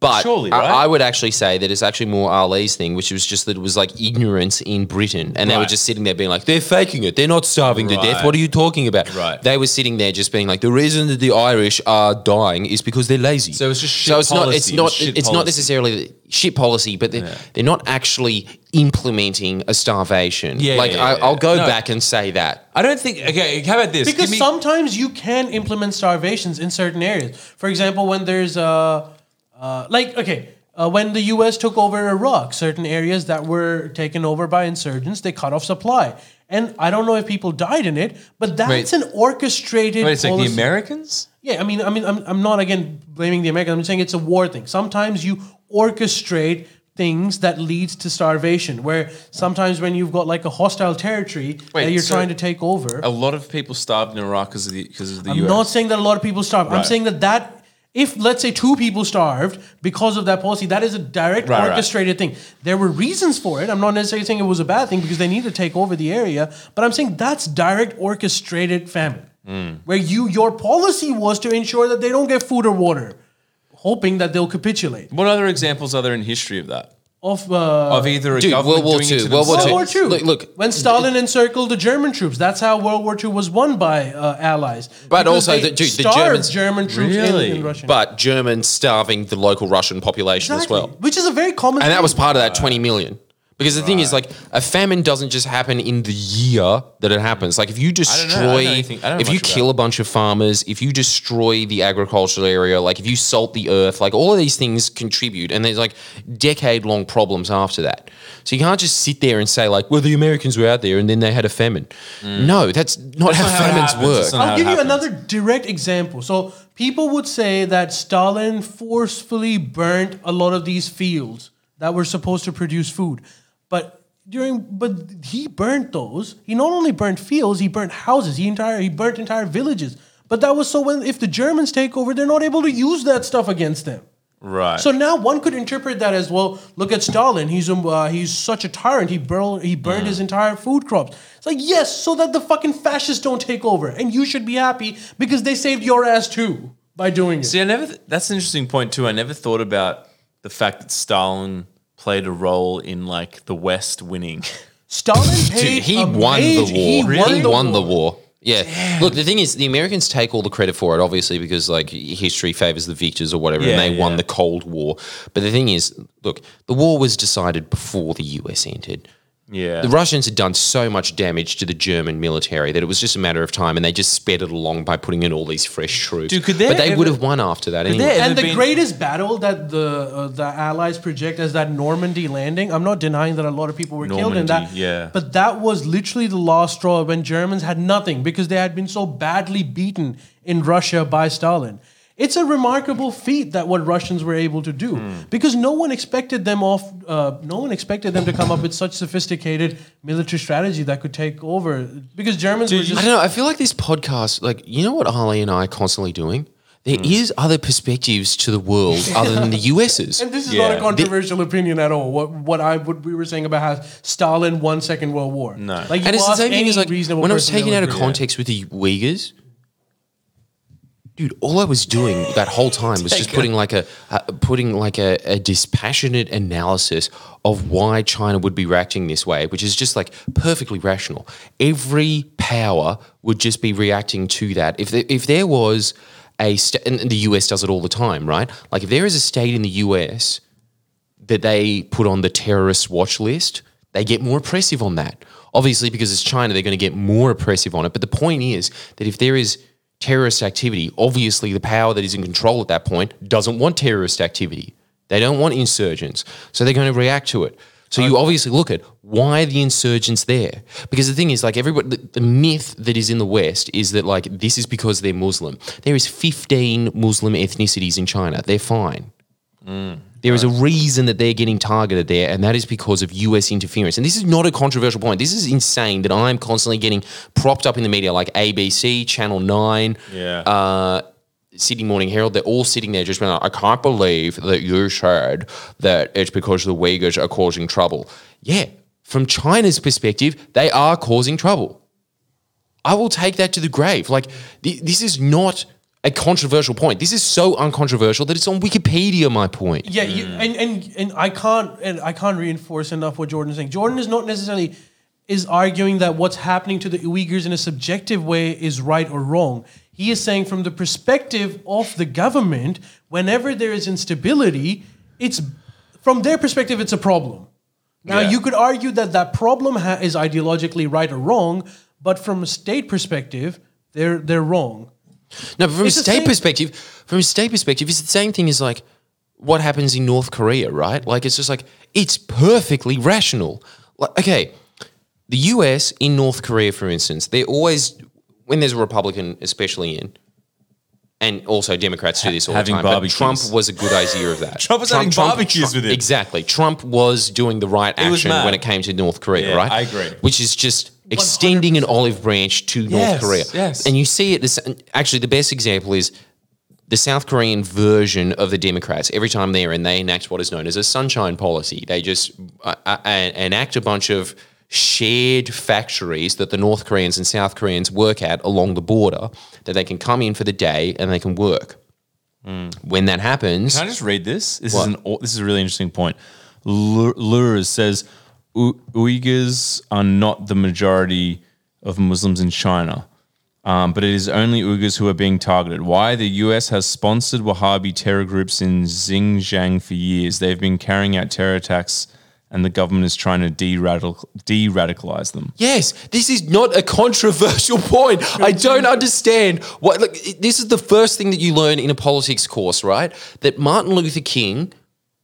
S3: But
S2: Surely,
S3: I-
S2: right?
S3: I, would actually say that it's actually more Ali's thing, which was just that it was like ignorance in Britain. And they were
S2: Right.
S3: just sitting there being like, they're faking it. They're not starving to death.
S2: Right.
S3: What are you talking about?
S2: Right.
S3: They were sitting there just being like, the reason that the Irish are dying is because they're lazy.
S2: So it's just
S3: so
S2: shit
S3: it's not it's
S2: policy.
S3: not
S2: It's shit
S3: it's not
S2: policy.
S3: necessarily the shit policy, but they're, they're not actually implementing a starvation.
S2: Yeah,
S3: like
S2: yeah, yeah,
S3: I, I'll
S2: yeah.
S3: go
S2: No.
S3: back and say that.
S2: I don't think. Okay, how about this?
S1: because
S2: Give me-
S1: sometimes you can implement starvations in certain areas. For example, when there's uh, uh, like okay, uh, when the U.S. took over Iraq, certain areas that were taken over by insurgents, they cut off supply. And I don't know if people died in it, but that's
S2: Wait.
S1: an orchestrated.
S2: wait a second. The
S1: policy.
S2: Americans.
S1: Yeah, I mean, I mean, I'm, I'm not again blaming the Americans. I'm saying it's a war thing. Sometimes you orchestrate things that leads to starvation. Where sometimes when you've got like a hostile territory that
S2: Wait,
S1: you're
S2: so-
S1: trying to take over,
S2: A lot of people starved in Iraq because of the because of the
S1: I'm
S2: US.
S1: not saying that a lot of people starve. I'm
S2: Right.
S1: saying that that if let's say two people starved because of that policy, that is a direct
S2: Right, right.
S1: orchestrated thing. There were reasons for it. I'm not necessarily saying it was a bad thing because they need to take over the area, but I'm saying that's direct orchestrated famine.
S3: Mm.
S1: Where you your policy was to ensure that they don't get food or water, hoping that they'll capitulate.
S2: what other examples are there in history of that?
S1: Of uh,
S2: Of either a
S3: Dude, World
S2: government
S3: War
S2: doing it
S3: II,
S2: to
S3: World War
S2: themselves-
S1: World War
S3: Two.
S1: II.
S3: Look- look.
S1: when Stalin encircled the German troops, that's how World War II was won by uh, allies.
S3: But
S1: Because
S3: also
S1: they
S3: the- dude, the
S1: starved
S3: Germans-
S1: German troops in-
S2: Really?
S1: in, Russia.
S3: But Germans starving the local Russian population
S1: Exactly.
S3: as well.
S1: Which is a very common
S3: And
S1: thing.
S3: that was part of that 20 million. Because the thing is, like, a famine doesn't just happen in the year that it happens. Like, if you
S2: don't know. I don't know
S3: destroy,
S2: anything- I don't know
S3: if you
S2: much about
S3: kill a bunch of farmers, if you destroy the agricultural area, like, if you salt the earth, like, all of these things contribute. And there's like decade long problems after that. So you can't just sit there and say, like, well, the Americans were out there and then they had a famine. No, that's not how
S2: Mm. not how it
S3: famines
S2: happens.
S3: work.
S2: It's not-
S1: I'll
S2: how it
S1: give you
S2: happens.
S1: another direct example. So people would say that Stalin forcefully burnt a lot of these fields that were supposed to produce food. But during but he burnt those. He not only burnt fields, he burnt houses, he entire he burnt entire villages. But that was so when if the Germans take over, they're not able to use that stuff against them.
S2: Right.
S1: So now one could interpret that as well. Look at Stalin; he's um, uh, he's such a tyrant. He burned he burned his entire food crops. It's like yes, so that the fucking fascists don't take over, and you should be happy because they saved your ass too. by doing it.
S2: See, I never. Th- that's an interesting point too. I never thought about the fact that Stalin played a role in like the West winning. *laughs*
S1: Stalin paid
S3: Dude, he
S1: a
S3: won
S1: mage-
S3: the war.
S1: He won, the, war.
S3: Yeah. Look, the thing is, the Americans take all the credit for it, obviously, because like history favors the victors or whatever,
S2: Yeah,
S3: and they
S2: yeah.
S3: won the Cold War. But the thing is, look, the war was decided before the US entered.
S2: yeah.
S3: The Russians had done so much damage to the German military that it was just a matter of time, and they just sped it along by putting in all these fresh troops.
S2: Dude, could there
S3: but they
S2: ever-
S3: would have won after that anyway.
S2: there-
S1: And the
S2: been-
S1: greatest battle that the uh, the Allies project as that Normandy landing. I'm not denying that a lot of people were killed in that.
S2: Normandy, yeah.
S1: But that was literally the last straw when Germans had nothing because they had been so badly beaten in Russia by Stalin. It's a remarkable feat that what Russians were able to do
S2: Hmm.
S1: because no one expected them off. Uh, no one expected them to come up with such sophisticated military strategy that could take over. Because Germans were
S3: I
S1: just
S3: don't know. I feel like this podcast, like, you know what Ali and I are constantly doing? There
S1: Hmm.
S3: is other perspectives to the world other than the US's.
S1: *laughs* And this is
S2: Yeah.
S1: not a controversial opinion at all. What what I what we were saying about how Stalin won Second World War. No, like you
S3: and it's the
S1: ask
S3: same thing
S1: any
S3: as like
S1: reasonable
S3: when I was
S1: person,
S3: taken
S1: they'll
S3: out of
S1: agree.
S3: context with the Uyghurs, dude. All I was doing that whole time
S1: *laughs*
S3: was just putting like a uh, putting like a, a dispassionate analysis of why China would be reacting this way, which is just like perfectly rational. Every power would just be reacting to that. If there, if there was a sta- and the US does it all the time, right? Like if there is a state in the US that they put on the terrorist watch list, they get more oppressive on that. Obviously, because it's China, they're going to get more oppressive on it. But the point is that if there is terrorist activity, obviously the power that is in control at that point doesn't want terrorist activity. They don't want insurgents. So they're going to react to it. So you obviously look at why are the insurgents there? Because the thing is, like everybody, the, the myth that is in the West is that like this is because they're Muslim. There is 15 Muslim ethnicities in China. They're fine. There is a reason that they're getting targeted there, and that is because of US interference. And this is not a controversial point. This is insane that I'm constantly getting propped up in the media, like ABC, Channel 9,
S2: Yeah.
S3: uh, Sydney Morning Herald. They're all sitting there just being like, I can't believe that you said that it's because the Uyghurs are causing trouble. Yeah, from China's perspective, they are causing trouble. I will take that to the grave. Like, th- this is not a controversial point. This is so uncontroversial that it's on Wikipedia, my point.
S1: Yeah, you,
S2: Mm.
S1: and and and I can't and I can't reinforce enough what Jordan is saying. Jordan is not necessarily is arguing that what's happening to the Uyghurs in a subjective way is right or wrong. He is saying from the perspective of the government, whenever there is instability, it's from their perspective it's a problem. Now
S2: Yeah.
S1: you could argue that that problem ha- is ideologically right or wrong, but from a state perspective, they're they're wrong.
S3: No, but from
S1: It's
S3: a
S1: the
S3: state
S1: same-
S3: perspective, from a state perspective, it's the same thing as like what happens in North Korea, right? Like it's just like it's perfectly rational. Like okay, the US in North Korea, for instance, they're always when there's a Republican, especially in, and also Democrats do this all
S2: having
S3: the time. But
S2: barbecues.
S3: Trump was a good idea of that.
S2: *laughs* Trump was having barbecues
S3: Trump-
S2: with it.
S3: Exactly, Trump was doing the right
S2: was
S3: action
S2: mad.
S3: when it came to North Korea,
S2: Yeah,
S3: right?
S2: I agree.
S3: Which is just extending an olive branch to
S2: Yes,
S3: North Korea.
S2: yes.
S3: And you see it. This, actually, the best example is the South Korean version of the Democrats. Every time they're in, they enact what is known as a sunshine policy. They just uh, uh, enact a bunch of shared factories that the North Koreans and South Koreans work at along the border that they can come in for the day and they can work.
S2: Hmm.
S3: When that happens,
S2: Can I just read this? This is
S3: What?
S2: an au- this is a really interesting point. Lu- Lures says "U- Uyghurs are not the majority of Muslims in China, um, but it is only Uyghurs who are being targeted. Why the U.S. has sponsored Wahhabi terror groups in Xinjiang for years? They've been carrying out terror attacks, and the government is trying to de-radical- de-radicalize them.
S3: Yes, this is not a controversial *laughs* point. I don't understand what. Look, it- this is the first thing that you learn in a politics course, right? That Martin Luther King,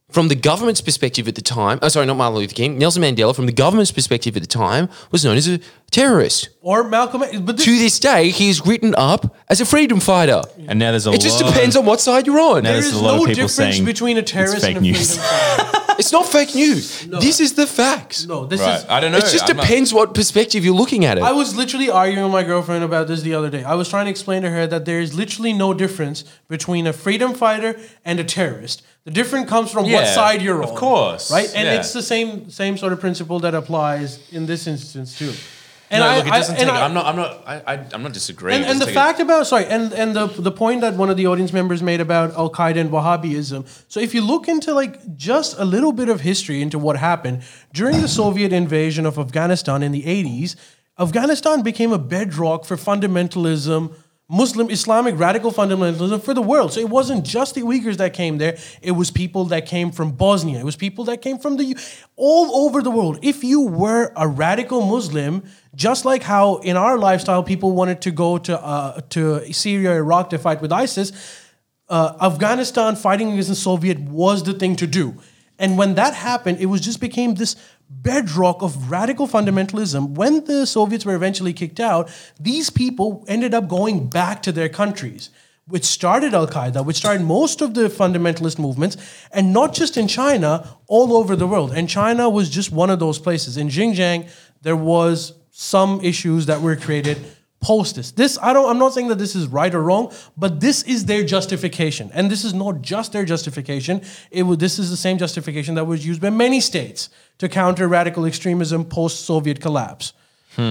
S3: from the government's perspective at the time, oh, sorry, not Martin Luther King, Nelson Mandela, from the government's perspective at the time, was known as a terrorist.
S1: Or Malcolm, but this,
S3: To this day, he is written up as a freedom fighter.
S2: And now there's a
S3: It just
S2: lot-
S3: depends on what side you're on.
S1: there
S2: Now there's
S1: is
S2: a lot
S1: no
S2: of people
S1: difference
S2: saying
S1: between a
S2: it's
S1: terrorist
S2: fake
S1: and a
S2: news.
S1: freedom
S2: *laughs*
S1: fighter.
S3: It's not fake news. This is the facts.
S1: No, this
S2: Right.
S1: is.
S2: I don't know.
S3: It just
S2: I'm not-
S3: depends what perspective you're looking at it.
S1: I was literally arguing with my girlfriend about this the other day. I was trying to explain to her that there is literally no difference between a freedom fighter and a terrorist. The difference comes from what
S2: Yeah,
S1: side you're on.
S2: of course,
S1: Right? And
S2: yeah.
S1: it's the same same sort of principle that applies in this instance too. And
S2: no,
S1: I,
S2: look, it doesn't
S1: I,
S2: take
S1: and
S2: it.
S1: I-
S2: I'm not. I'm not. I, I, I'm not disagreeing.
S1: and,
S2: It
S1: and
S2: doesn't
S1: the
S2: take
S1: fact about sorry and and the the point that one of the audience members made about Al Qaeda and Wahhabism. So if you look into like just a little bit of history into what happened during the Soviet invasion of Afghanistan in the 80s, Afghanistan became a bedrock for fundamentalism. Muslim Islamic radical fundamentalism for the world. So it wasn't just the Uyghurs that came there. It was people that came from Bosnia. It was people that came from the all over the world. If you were a radical Muslim, just like how in our lifestyle people wanted to go to uh, to Syria, Iraq to fight with ISIS, uh, Afghanistan fighting against the Soviet was the thing to do. And when that happened, it was just became this bedrock of radical fundamentalism. When the Soviets were eventually kicked out, these people ended up going back to their countries, which started Al Qaeda, which started most of the fundamentalist movements, and not just in China, all over the world. And China was just one of those places. In Xinjiang, there was some issues that were created post this. This I don't. I'm not saying that this is right or wrong, but this is their justification, and this is not just their justification. It would. This is the same justification that was used by many states to counter radical extremism post Soviet collapse.
S2: So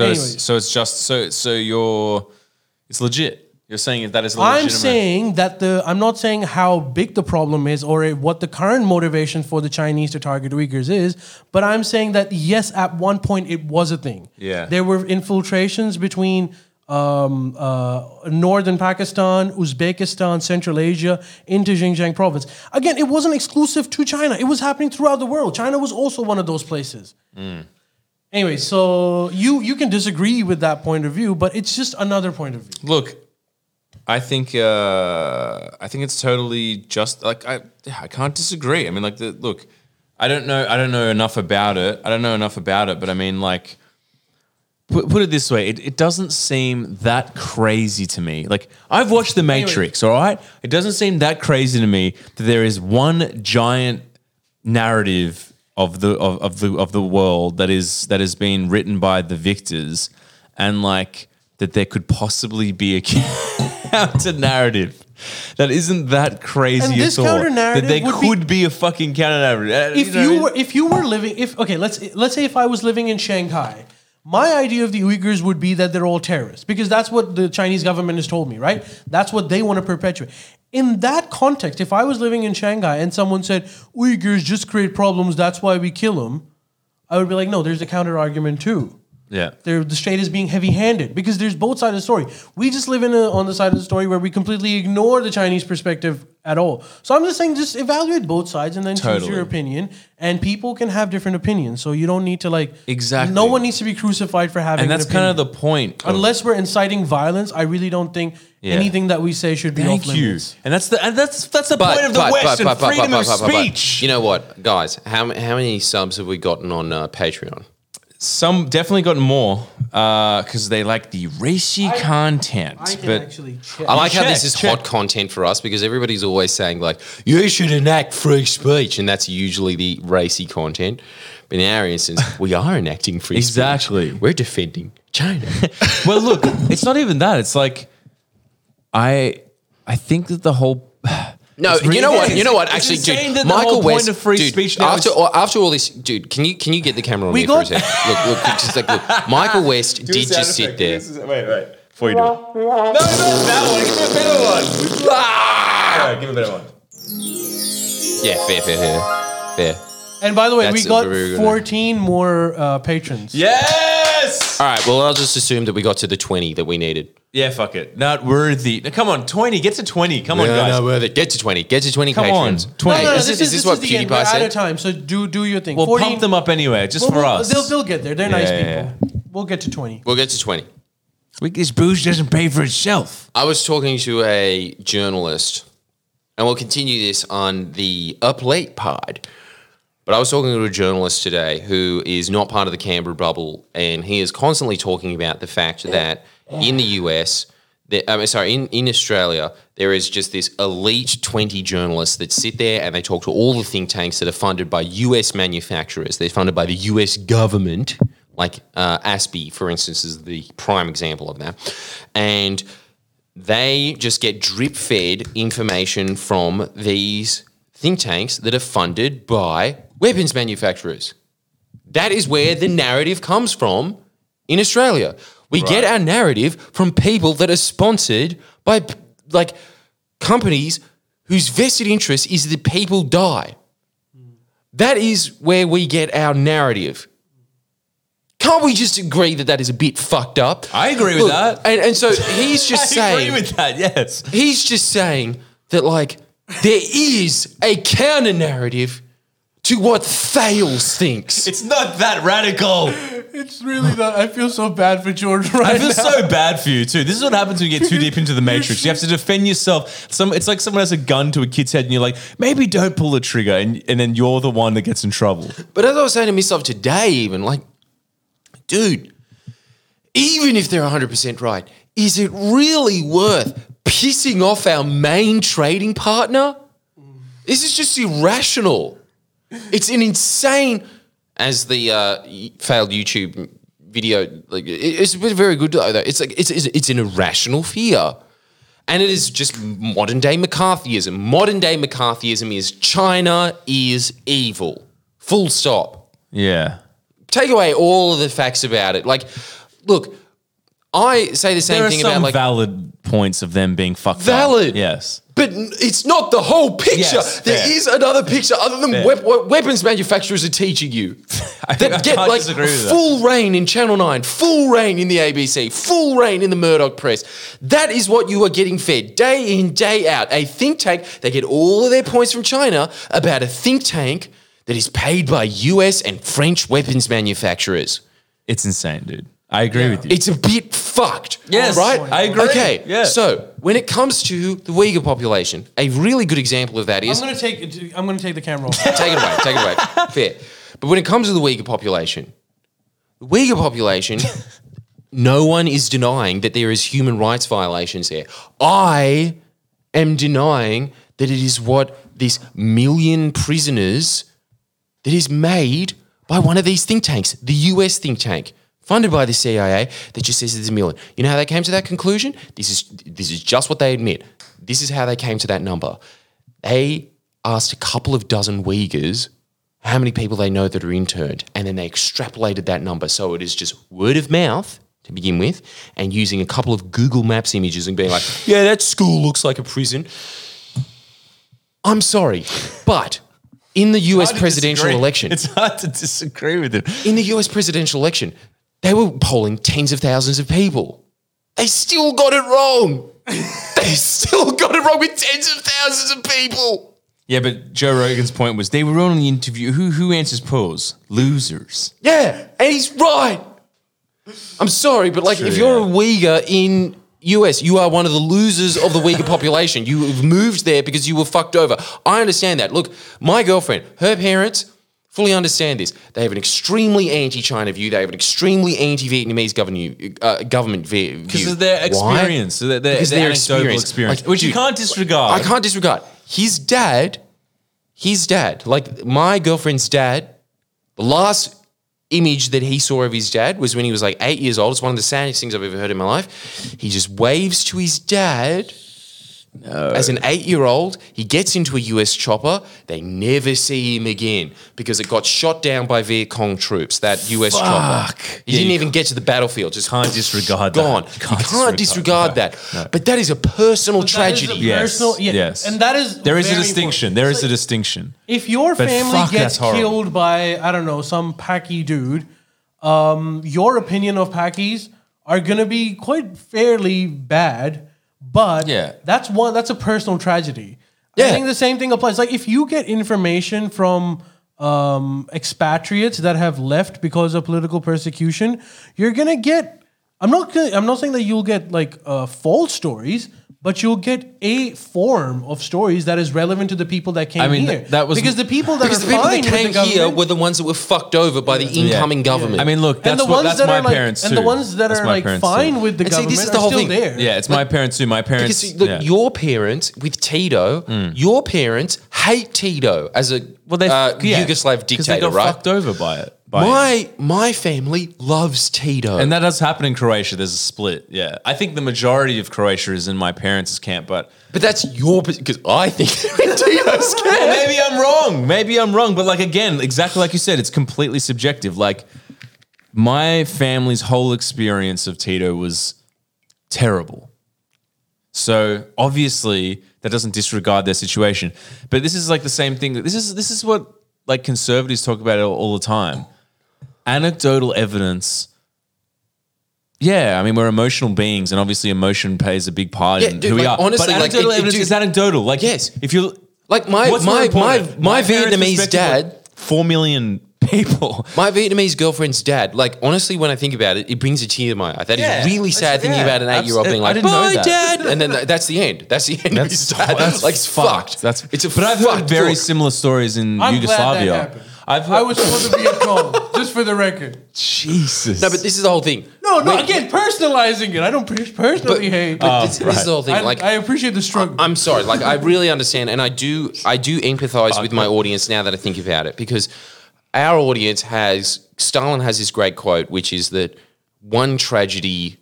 S1: Anyways.
S2: it's, so it's just so so you're it's legit. You're saying that that is legitimate.
S1: I'm saying that the I'm not saying how big the problem is or what the current motivation for the Chinese to target Uyghurs is, but I'm saying that yes, at one point it was a thing.
S2: Yeah.
S1: there were infiltrations between um, uh, northern Pakistan, Uzbekistan, Central Asia into Xinjiang province. Again, it wasn't exclusive to China; it was happening throughout the world. China was also one of those places.
S2: Mm.
S1: Anyway, so you you can disagree with that point of view, but it's just another point of view.
S2: Look, I think uh, I think it's totally just like I I can't disagree. I mean, like the look, I don't know I don't know enough about it. I don't know enough about it, but I mean, like put, put it this way, it, it doesn't seem that crazy to me. Like I've watched The Matrix, all right. It doesn't seem that crazy to me that there is one giant narrative of the of, of the of the world that is that has been written by the victors and like that there could possibly be a *laughs* counter narrative that isn't that crazy
S1: And
S2: at
S1: this
S2: all
S1: counter-narrative
S2: that there
S1: would be-
S2: could be, a fucking counter narrative
S1: if you, were if you were living if okay let's let's say if I was living in Shanghai my idea of the Uyghurs would be that they're all terrorists because that's what the Chinese government has told me right that's what they want to perpetuate in that context if I was living in Shanghai and someone said Uyghurs just create problems that's why we kill them I would be like no there's a counter argument too
S2: yeah
S1: they're, the state is being heavy-handed because there's both sides of the story. We just live in a, on the side of the story where we completely ignore the Chinese perspective at all. So I'm just saying, just evaluate both sides and then choose
S2: Totally.
S1: your opinion. And people can have different opinions, so you don't need to like
S2: Exactly.
S1: No one needs to be crucified for having.
S2: and that's
S1: an opinion.
S2: kind of the point of-
S1: unless we're inciting violence. I really don't think
S2: Yeah.
S1: anything that we say should be
S2: Thank
S1: off
S2: you.
S1: limits.
S2: And that's the and that's that's the point of the
S3: but-
S2: West
S3: but- but-
S2: and
S3: but-
S2: freedom
S3: but-
S2: of
S3: but- but- but-
S2: speech.
S3: You know what, guys? How, m- how many subs have we gotten on uh, Patreon?
S2: Some definitely got more because they like the racy content.
S1: I can
S2: but
S1: actually check.
S3: I like how this
S2: check,
S3: is
S2: check.
S3: hot content for us because everybody's always saying like you should enact free speech, and that's usually the racy content. But in our
S2: *laughs*
S3: instance, we are enacting free
S2: Exactly.
S3: speech. We're defending
S2: *laughs*
S3: China.
S2: well, look, it's not even that. It's like I I think that the whole
S3: No,
S2: It's really-
S3: you know what? You know what?
S2: It's
S3: Actually,
S2: insane
S3: dude,
S2: that the
S3: Michael
S2: whole point
S3: West,
S2: of free
S3: dude,
S2: speech now
S3: after
S2: is-
S3: all, after all this, dude, can you can you get the camera on
S1: We
S3: me
S1: got-
S3: for a second? Look, look, just like look, Michael West
S2: *laughs*
S3: did just sit there.
S2: Wait, wait. Before you do it. No, no, that one. Give a better one.
S3: Ah!
S2: give a better one.
S3: Yeah, fair, fair, fair, fair.
S1: And by the way, we
S3: That's a
S1: got
S3: very good-
S1: 14 more uh, patrons.
S2: Yes.
S3: All right, well, I'll just assume that we got to the twenty that we needed.
S2: Yeah, fuck it. Not worthy. Now, come on, twenty. Get to twenty. Come on,
S3: No,
S2: guys.
S3: no, worth it. Get to twenty. Get to twenty
S2: Come on,
S3: patrons.
S2: 20.
S1: No, no, no,
S3: Is
S1: this,
S3: this-
S1: is
S3: is this
S1: what
S3: what
S1: the end. We're
S3: PewDiePie
S1: out of
S3: said?
S1: time, so do do your thing.
S2: Well,
S1: 14
S2: pump them up anyway, just
S1: Well,
S2: for
S1: well,
S2: us.
S1: They'll, they'll get there. They're nice
S2: Yeah, yeah,
S1: people. We'll get to 20.
S3: We'll get to twenty.
S2: We, this booze doesn't pay for itself.
S3: I was talking to a journalist, and we'll continue this on the Up Late pod. But I was talking to a journalist today who is not part of the Canberra bubble, and he is constantly talking about the fact that in the US, the, I mean, sorry, in, in Australia, there is just this elite 20 journalists that sit there and they talk to all the think tanks that are funded by US manufacturers. They're funded by the US government, like uh, ASPE, for instance, is the prime example of that. And they just get drip fed information from these think tanks that are funded by weapons manufacturers. That is where the narrative comes from in Australia. We get our narrative from people that are sponsored by p- like companies whose vested interest is that people die. That is where we get our narrative. Can't we just agree that that is a bit fucked up?
S2: I agree with that.
S3: And, and
S2: *laughs*
S3: so he's
S2: I
S3: just saying
S2: agree with that. Yes.
S3: he's just saying that like there is a counter narrative to what Thales thinks.
S2: It's not that radical.
S1: It's really not. I feel so bad for George right
S2: *laughs* I feel
S1: now.
S2: so bad for you too. This is what happens when you get too deep *laughs* into the matrix. You have to defend yourself. Some it's like someone has a gun to a kid's head and you're like, maybe don't pull the trigger, and, and then you're the one that gets in trouble.
S3: But as I was saying to myself today, even like, dude, even if they're 100% right, is it really worth pissing off our main trading partner? This is just irrational. It's an insane, as the uh, y- failed YouTube video, like it- it's been very good though. though. It's like it's, it's it's an irrational fear, and it is just modern day McCarthyism. Modern day McCarthyism is China is evil. Full stop
S2: Yeah.
S3: take away all of the facts about it. Like, look, I say the same
S2: There are
S3: thing
S2: some
S3: about like,
S2: valid points of them being fucked up.
S3: Valid.
S2: Yes.
S3: but n- it's not the whole picture.
S2: Yes,
S3: There
S2: fair.
S3: is another picture other than
S2: Fair.
S3: wep- what weapons manufacturers are teaching you.
S2: *laughs* I-
S3: That
S2: I
S3: get
S2: can't
S3: like
S2: disagree with that.
S3: full reign in Channel Nine, full reign in the ABC, full reign in the Murdoch press. That is what you are getting fed day in day out. A think tank. They get all of their points from China about a think tank that is paid by U.S. and French weapons manufacturers.
S2: It's insane, dude. I agree with you. *laughs*
S3: It's a bit fucked.
S2: Yes,
S3: Right?
S2: I agree.
S3: Okay.
S2: Yeah.
S3: So when it comes to the Uyghur population, a really good example of that
S1: I'm
S3: is
S1: gonna take. I'm gonna take the camera
S2: *laughs*
S1: off.
S3: take it away, take it away. Fair. But when it comes to the Uyghur population, the Uyghur
S2: *laughs*
S3: population, no one is denying that there is human rights violations there. I am denying that it is what this million prisoners that is made by one of these think tanks, the US think tank, funded by the CIA, that just says there's a million. You know how they came to that conclusion? This is this is just what they admit. This is how they came to that number. They asked a couple of dozen Uyghurs how many people they know that are interned, and then they extrapolated that number. So it is just word of mouth to begin with, and using a couple of Google Maps images and being like, yeah, that school looks like a prison. I'm sorry, but in the US presidential
S2: Disagree.
S3: election,
S2: It's hard to disagree with him.
S3: in the US presidential election, they were polling tens of thousands of people. They still got it wrong. they still got it wrong with tens of thousands of people.
S2: Yeah, but Joe Rogan's point was they were on the interview. Who who answers polls? Losers.
S3: Yeah, and he's right. I'm sorry, but like if you're a Uyghur in US, you are one of the losers of the Uyghur population. You have moved there because you were fucked over. I understand that. Look, my girlfriend, her parents fully understand this. They have an extremely anti-China view. They have an extremely anti-Vietnamese government uh, government vi- view.
S2: Because of their
S3: Why?
S2: experience. Their, their,
S3: Because
S2: their
S3: their
S2: anecdotal
S3: experience.
S2: experience.
S3: Like,
S2: which you
S3: dude,
S2: can't disregard.
S3: I can't disregard. His dad, his dad, like my girlfriend's dad, the last image that he saw of his dad was when he was like eight years old. It's one of the saddest things I've ever heard in my life. He just waves to his dad. As an eight year old, he gets into a US chopper. They never see him again because it got shot down by Viet Cong troops, that US chopper. He
S2: Yeah,
S3: didn't
S2: you
S3: even get to the battlefield. Just
S2: Can't disregard that.
S3: gone.
S2: You
S3: You
S2: can't
S3: can't, disregard,
S2: disregard that.
S3: that. But that is a personal
S1: That is a
S3: tragedy.
S2: Yes,
S1: personal- yeah,
S2: yes.
S1: And that is
S2: there is a
S1: very
S2: distinction.
S1: important.
S2: There
S1: So
S2: is a distinction.
S1: If your
S2: But
S1: family
S2: fuck, that's
S1: gets
S2: horrible.
S1: killed by I don't know some Paki dude, um, your opinion of Pakis are gonna be quite fairly bad. But
S2: Yeah.
S1: that's one. That's a personal tragedy. I
S3: Yeah.
S1: think the same thing applies. Like if you get information from um, expatriates that have left because of political persecution, you're gonna get. I'm not. gonna- I'm not saying that you'll get like uh, false stories, but you'll get a form of stories that is relevant to the people that came
S2: I mean,
S1: here.
S2: th- that was-
S1: because the people that
S3: Because
S1: are
S3: the people
S1: fine
S3: that
S1: with
S3: came
S1: the
S3: here
S1: government-
S3: were the ones that were fucked over by the incoming government.
S2: I mean, look,
S1: and
S2: that's
S1: the
S2: what
S1: ones
S2: that's
S1: that
S2: my
S1: are like,
S2: parents
S1: and
S2: too.
S1: the ones that
S2: That's
S1: are
S2: my
S1: like
S2: parents
S1: fine
S2: too.
S1: with the
S3: And see,
S1: government
S3: this is the
S1: are
S3: whole
S1: still
S3: thing.
S1: there.
S2: Yeah, it's my parents too. My parents.
S3: because look,
S2: yeah. Mm.
S3: your parents with Tito, your parents hate Tito as a uh,
S2: yeah,
S3: Yugoslav
S2: 'cause they
S3: dictator,
S2: got
S3: right?
S2: Fucked over by it. By it.
S3: My my family loves Tito.
S2: And that does happen in Croatia. There's a split. Yeah, I think the majority of Croatia is in my parents' camp, but
S3: but that's your because I think *laughs* Tito's
S2: Well,
S3: scared.
S2: maybe I'm wrong. Maybe I'm wrong. But like again, exactly like you said, it's completely subjective. Like my family's whole experience of Tito was terrible. So obviously that doesn't disregard their situation. But this is like the same thing. that- This is this is what like conservatives talk about all, all the time. Anecdotal evidence. Yeah, I mean we're emotional beings, and obviously emotion plays a big part
S3: Yeah,
S2: in
S3: dude,
S2: who we
S3: like,
S2: are.
S3: honestly,
S2: but
S3: like,
S2: anecdotal
S3: it- it-
S2: evidence
S3: dude-
S2: is anecdotal. Like
S3: Yes.
S2: if you
S3: Like, my-
S2: what's more
S3: my- my-
S2: important?
S3: my
S2: parents'
S3: Vietnamese
S2: perspective of
S3: dad-
S2: four million
S3: *laughs*
S2: people.
S3: My Vietnamese girlfriend's dad, like honestly, when I think about it, it brings a tear to my eye. That is
S2: Yeah.
S3: really sad
S2: That's-
S3: thinking
S2: yeah.
S3: about an eight-year-old
S2: Abs-
S3: being
S2: I
S3: like,
S2: didn't know
S3: "Bye,
S2: that."
S3: dad," and then th- that's the end. That's the end. of his dad. like it's fucked.
S2: That's
S3: it's a
S2: but I've heard
S3: fucked
S2: very
S3: book.
S2: similar stories in
S1: I'm
S2: Yugoslavia.
S1: glad that happened.
S2: I've heard,
S1: I was supposed to be a call, just for the record.
S2: Jesus.
S3: No, but this is the whole thing.
S1: No, no.
S3: Wait,
S1: again, personalizing it. I don't pers-
S3: but,
S1: personally hate.
S3: but this, this is the whole thing.
S2: Oh,
S1: I,
S3: like
S1: I appreciate the struggle.
S3: I'm sorry. Like
S2: *laughs*
S3: I really understand, and I do. I do empathize with my audience now that I think about it, because our audience has Stalin has this great quote, which is that one tragedy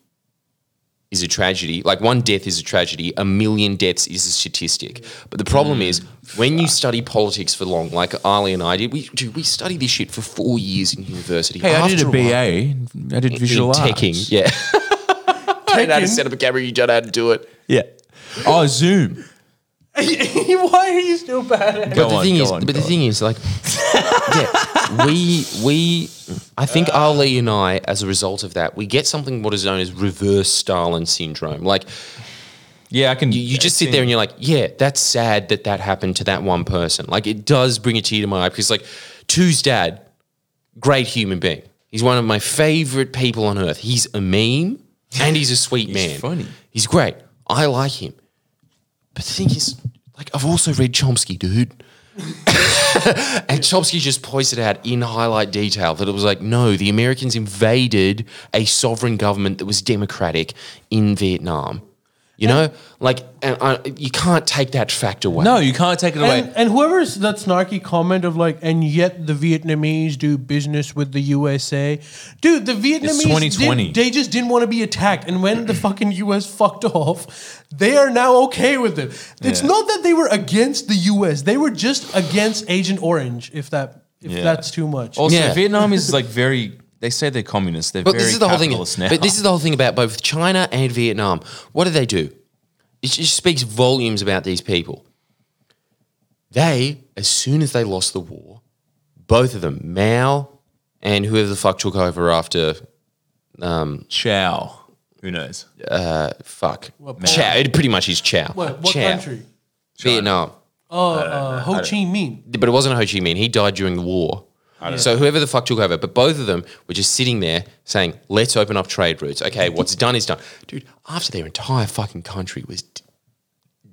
S3: is a tragedy, like one death is a tragedy, a million deaths is a statistic. But the problem is
S2: Mm.
S3: when you study politics for long, like Ali and I did, we dude, we studied this shit for four years in university.
S2: hey, I did
S3: After
S2: a
S3: a while-
S2: BA. I did
S3: in
S2: visual arts.
S3: teching, yeah. *laughs* I didn't know how to
S1: Teching?
S3: set up a camera. You don't know how to do it.
S2: Yeah. Oh, Zoom.
S1: *laughs* Why are you still bad at it?
S2: Go
S3: but the
S2: on,
S3: thing
S2: go
S3: is,
S2: on,
S3: but
S2: go
S3: the
S2: on.
S3: thing is, like, yeah, we we, I think Ali and I, as a result of that, we get something what is known as reverse Stalin syndrome. Like,
S2: Yeah, I can.
S3: you, you just sit there and you're like, yeah, that's sad that that happened to that one person. Like, it does bring a tear to my eye because, like, Two's dad, great human being. He's one of my favorite people on earth. He's a meme and he's a sweet man.
S2: funny.
S3: He's great. I like him. But the thing is, like, I've also read Chomsky, dude. And Chomsky just points it out in highlight detail that it was like, no, the Americans invaded a sovereign government that was democratic in Vietnam. You know, like, and I, you can't take that fact away.
S2: No, you can't take it away.
S1: And, and whoever's that snarky comment of like, and yet the Vietnamese do business with the USA, dude. The Vietnamese,
S2: 2020.
S1: did- they just didn't want to be attacked, and when the fucking US fucked off, they are now okay with it. It's
S2: Yeah.
S1: not that they were against the US; they were just against Agent Orange. If that, if
S2: Yeah.
S1: that's too much.
S2: also,
S3: Yeah.
S2: Vietnam is like very. They say they're communist. They're
S3: But
S2: very
S3: this is the whole thing.
S2: capitalist now.
S3: But this is the whole thing about both China and Vietnam. What do they do? It just speaks volumes about these people. They, as soon as they lost the war, both of them, Mao and whoever the fuck took over after
S2: Chow. Who knows?
S3: Uh, fuck Chow. It pretty much is Chow.
S1: what what
S3: Chow.
S1: country?
S3: Vietnam.
S1: Oh, uh, Ho Chi Minh.
S3: But it wasn't Ho Chi Minh. He died during the war. So whoever the fuck took over, but both of them were just sitting there saying, "Let's open up trade routes." Okay, what's done is done, dude. After their entire fucking country was d-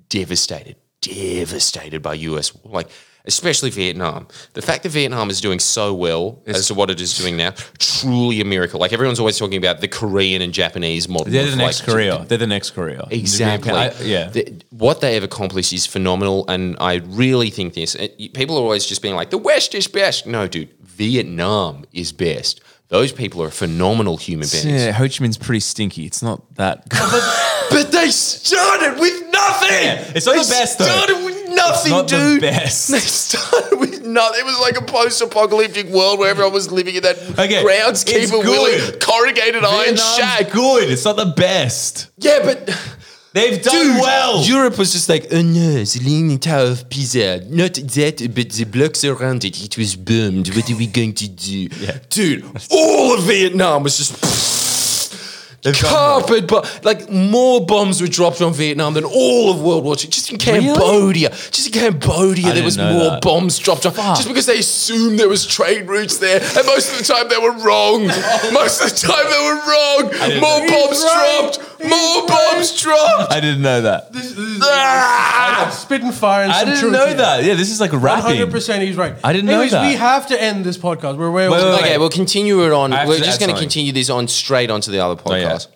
S3: devastated, devastated by U.S. war, like especially Vietnam. The fact that Vietnam is doing so well as to what it is doing now, truly a miracle. Like everyone's always talking about the Korean and Japanese model.
S2: They're
S3: of,
S2: the next
S3: like,
S2: Korea. They're the next Korea.
S3: Exactly.
S2: I- yeah.
S3: The- what they have accomplished is phenomenal, and I really think this. uh, you- People are always just being like, "The West is best." No, dude, Vietnam is best. Those people are phenomenal human beings.
S2: yeah, Ho Chi Minh's pretty stinky. It's *laughs* not that.
S3: But they started with nothing.
S2: Yeah, it's not
S3: they
S2: the best, though.
S3: Started with nothing,
S2: not the
S3: dude.
S2: *laughs* best.
S3: *laughs* They started with nothing. It was like a post-apocalyptic world where everyone was living in that
S2: Okay, it's
S3: groundskeeper
S2: good.
S3: Willie corrugated iron shack.
S2: good. It's not the best.
S3: Yeah, but.
S2: They've done well.
S3: Europe was just like, oh no, the Leaning Tower of Pisa. Not that, but the blocks around it, it was boomed. What are we going to do? Dude, all of Vietnam was
S2: *laughs*
S3: just carpet bomb. Like, more bombs were dropped on Vietnam than all of World War II. Just in Cambodia. Just in Cambodia, there
S2: didn't
S3: was
S2: know
S3: more
S2: that.
S3: bombs dropped on. Just because they assumed there was trade routes there. And most of the time, they were
S2: *laughs*
S3: wrong. most of the time, they were wrong.
S2: didn't
S3: More
S2: know.
S3: bombs
S1: right.
S3: dropped. More bombs dropped.
S2: I didn't know that.
S1: I'm spitting fire and
S2: I
S1: some
S2: didn't
S1: truth
S2: know
S1: here.
S2: that. Yeah, this is like rapping.
S1: 100% he's right.
S2: I didn't know
S1: Anyways,
S2: that.
S1: we have to end this podcast. We're way over.
S2: Wait, *laughs* wait,
S1: time.
S2: wait.
S3: Okay, we'll continue it on.
S2: I have
S3: We're
S2: to
S3: just going
S2: add
S3: to
S2: something. Oh,
S3: continue this on straight onto the other
S2: yeah.
S3: podcast.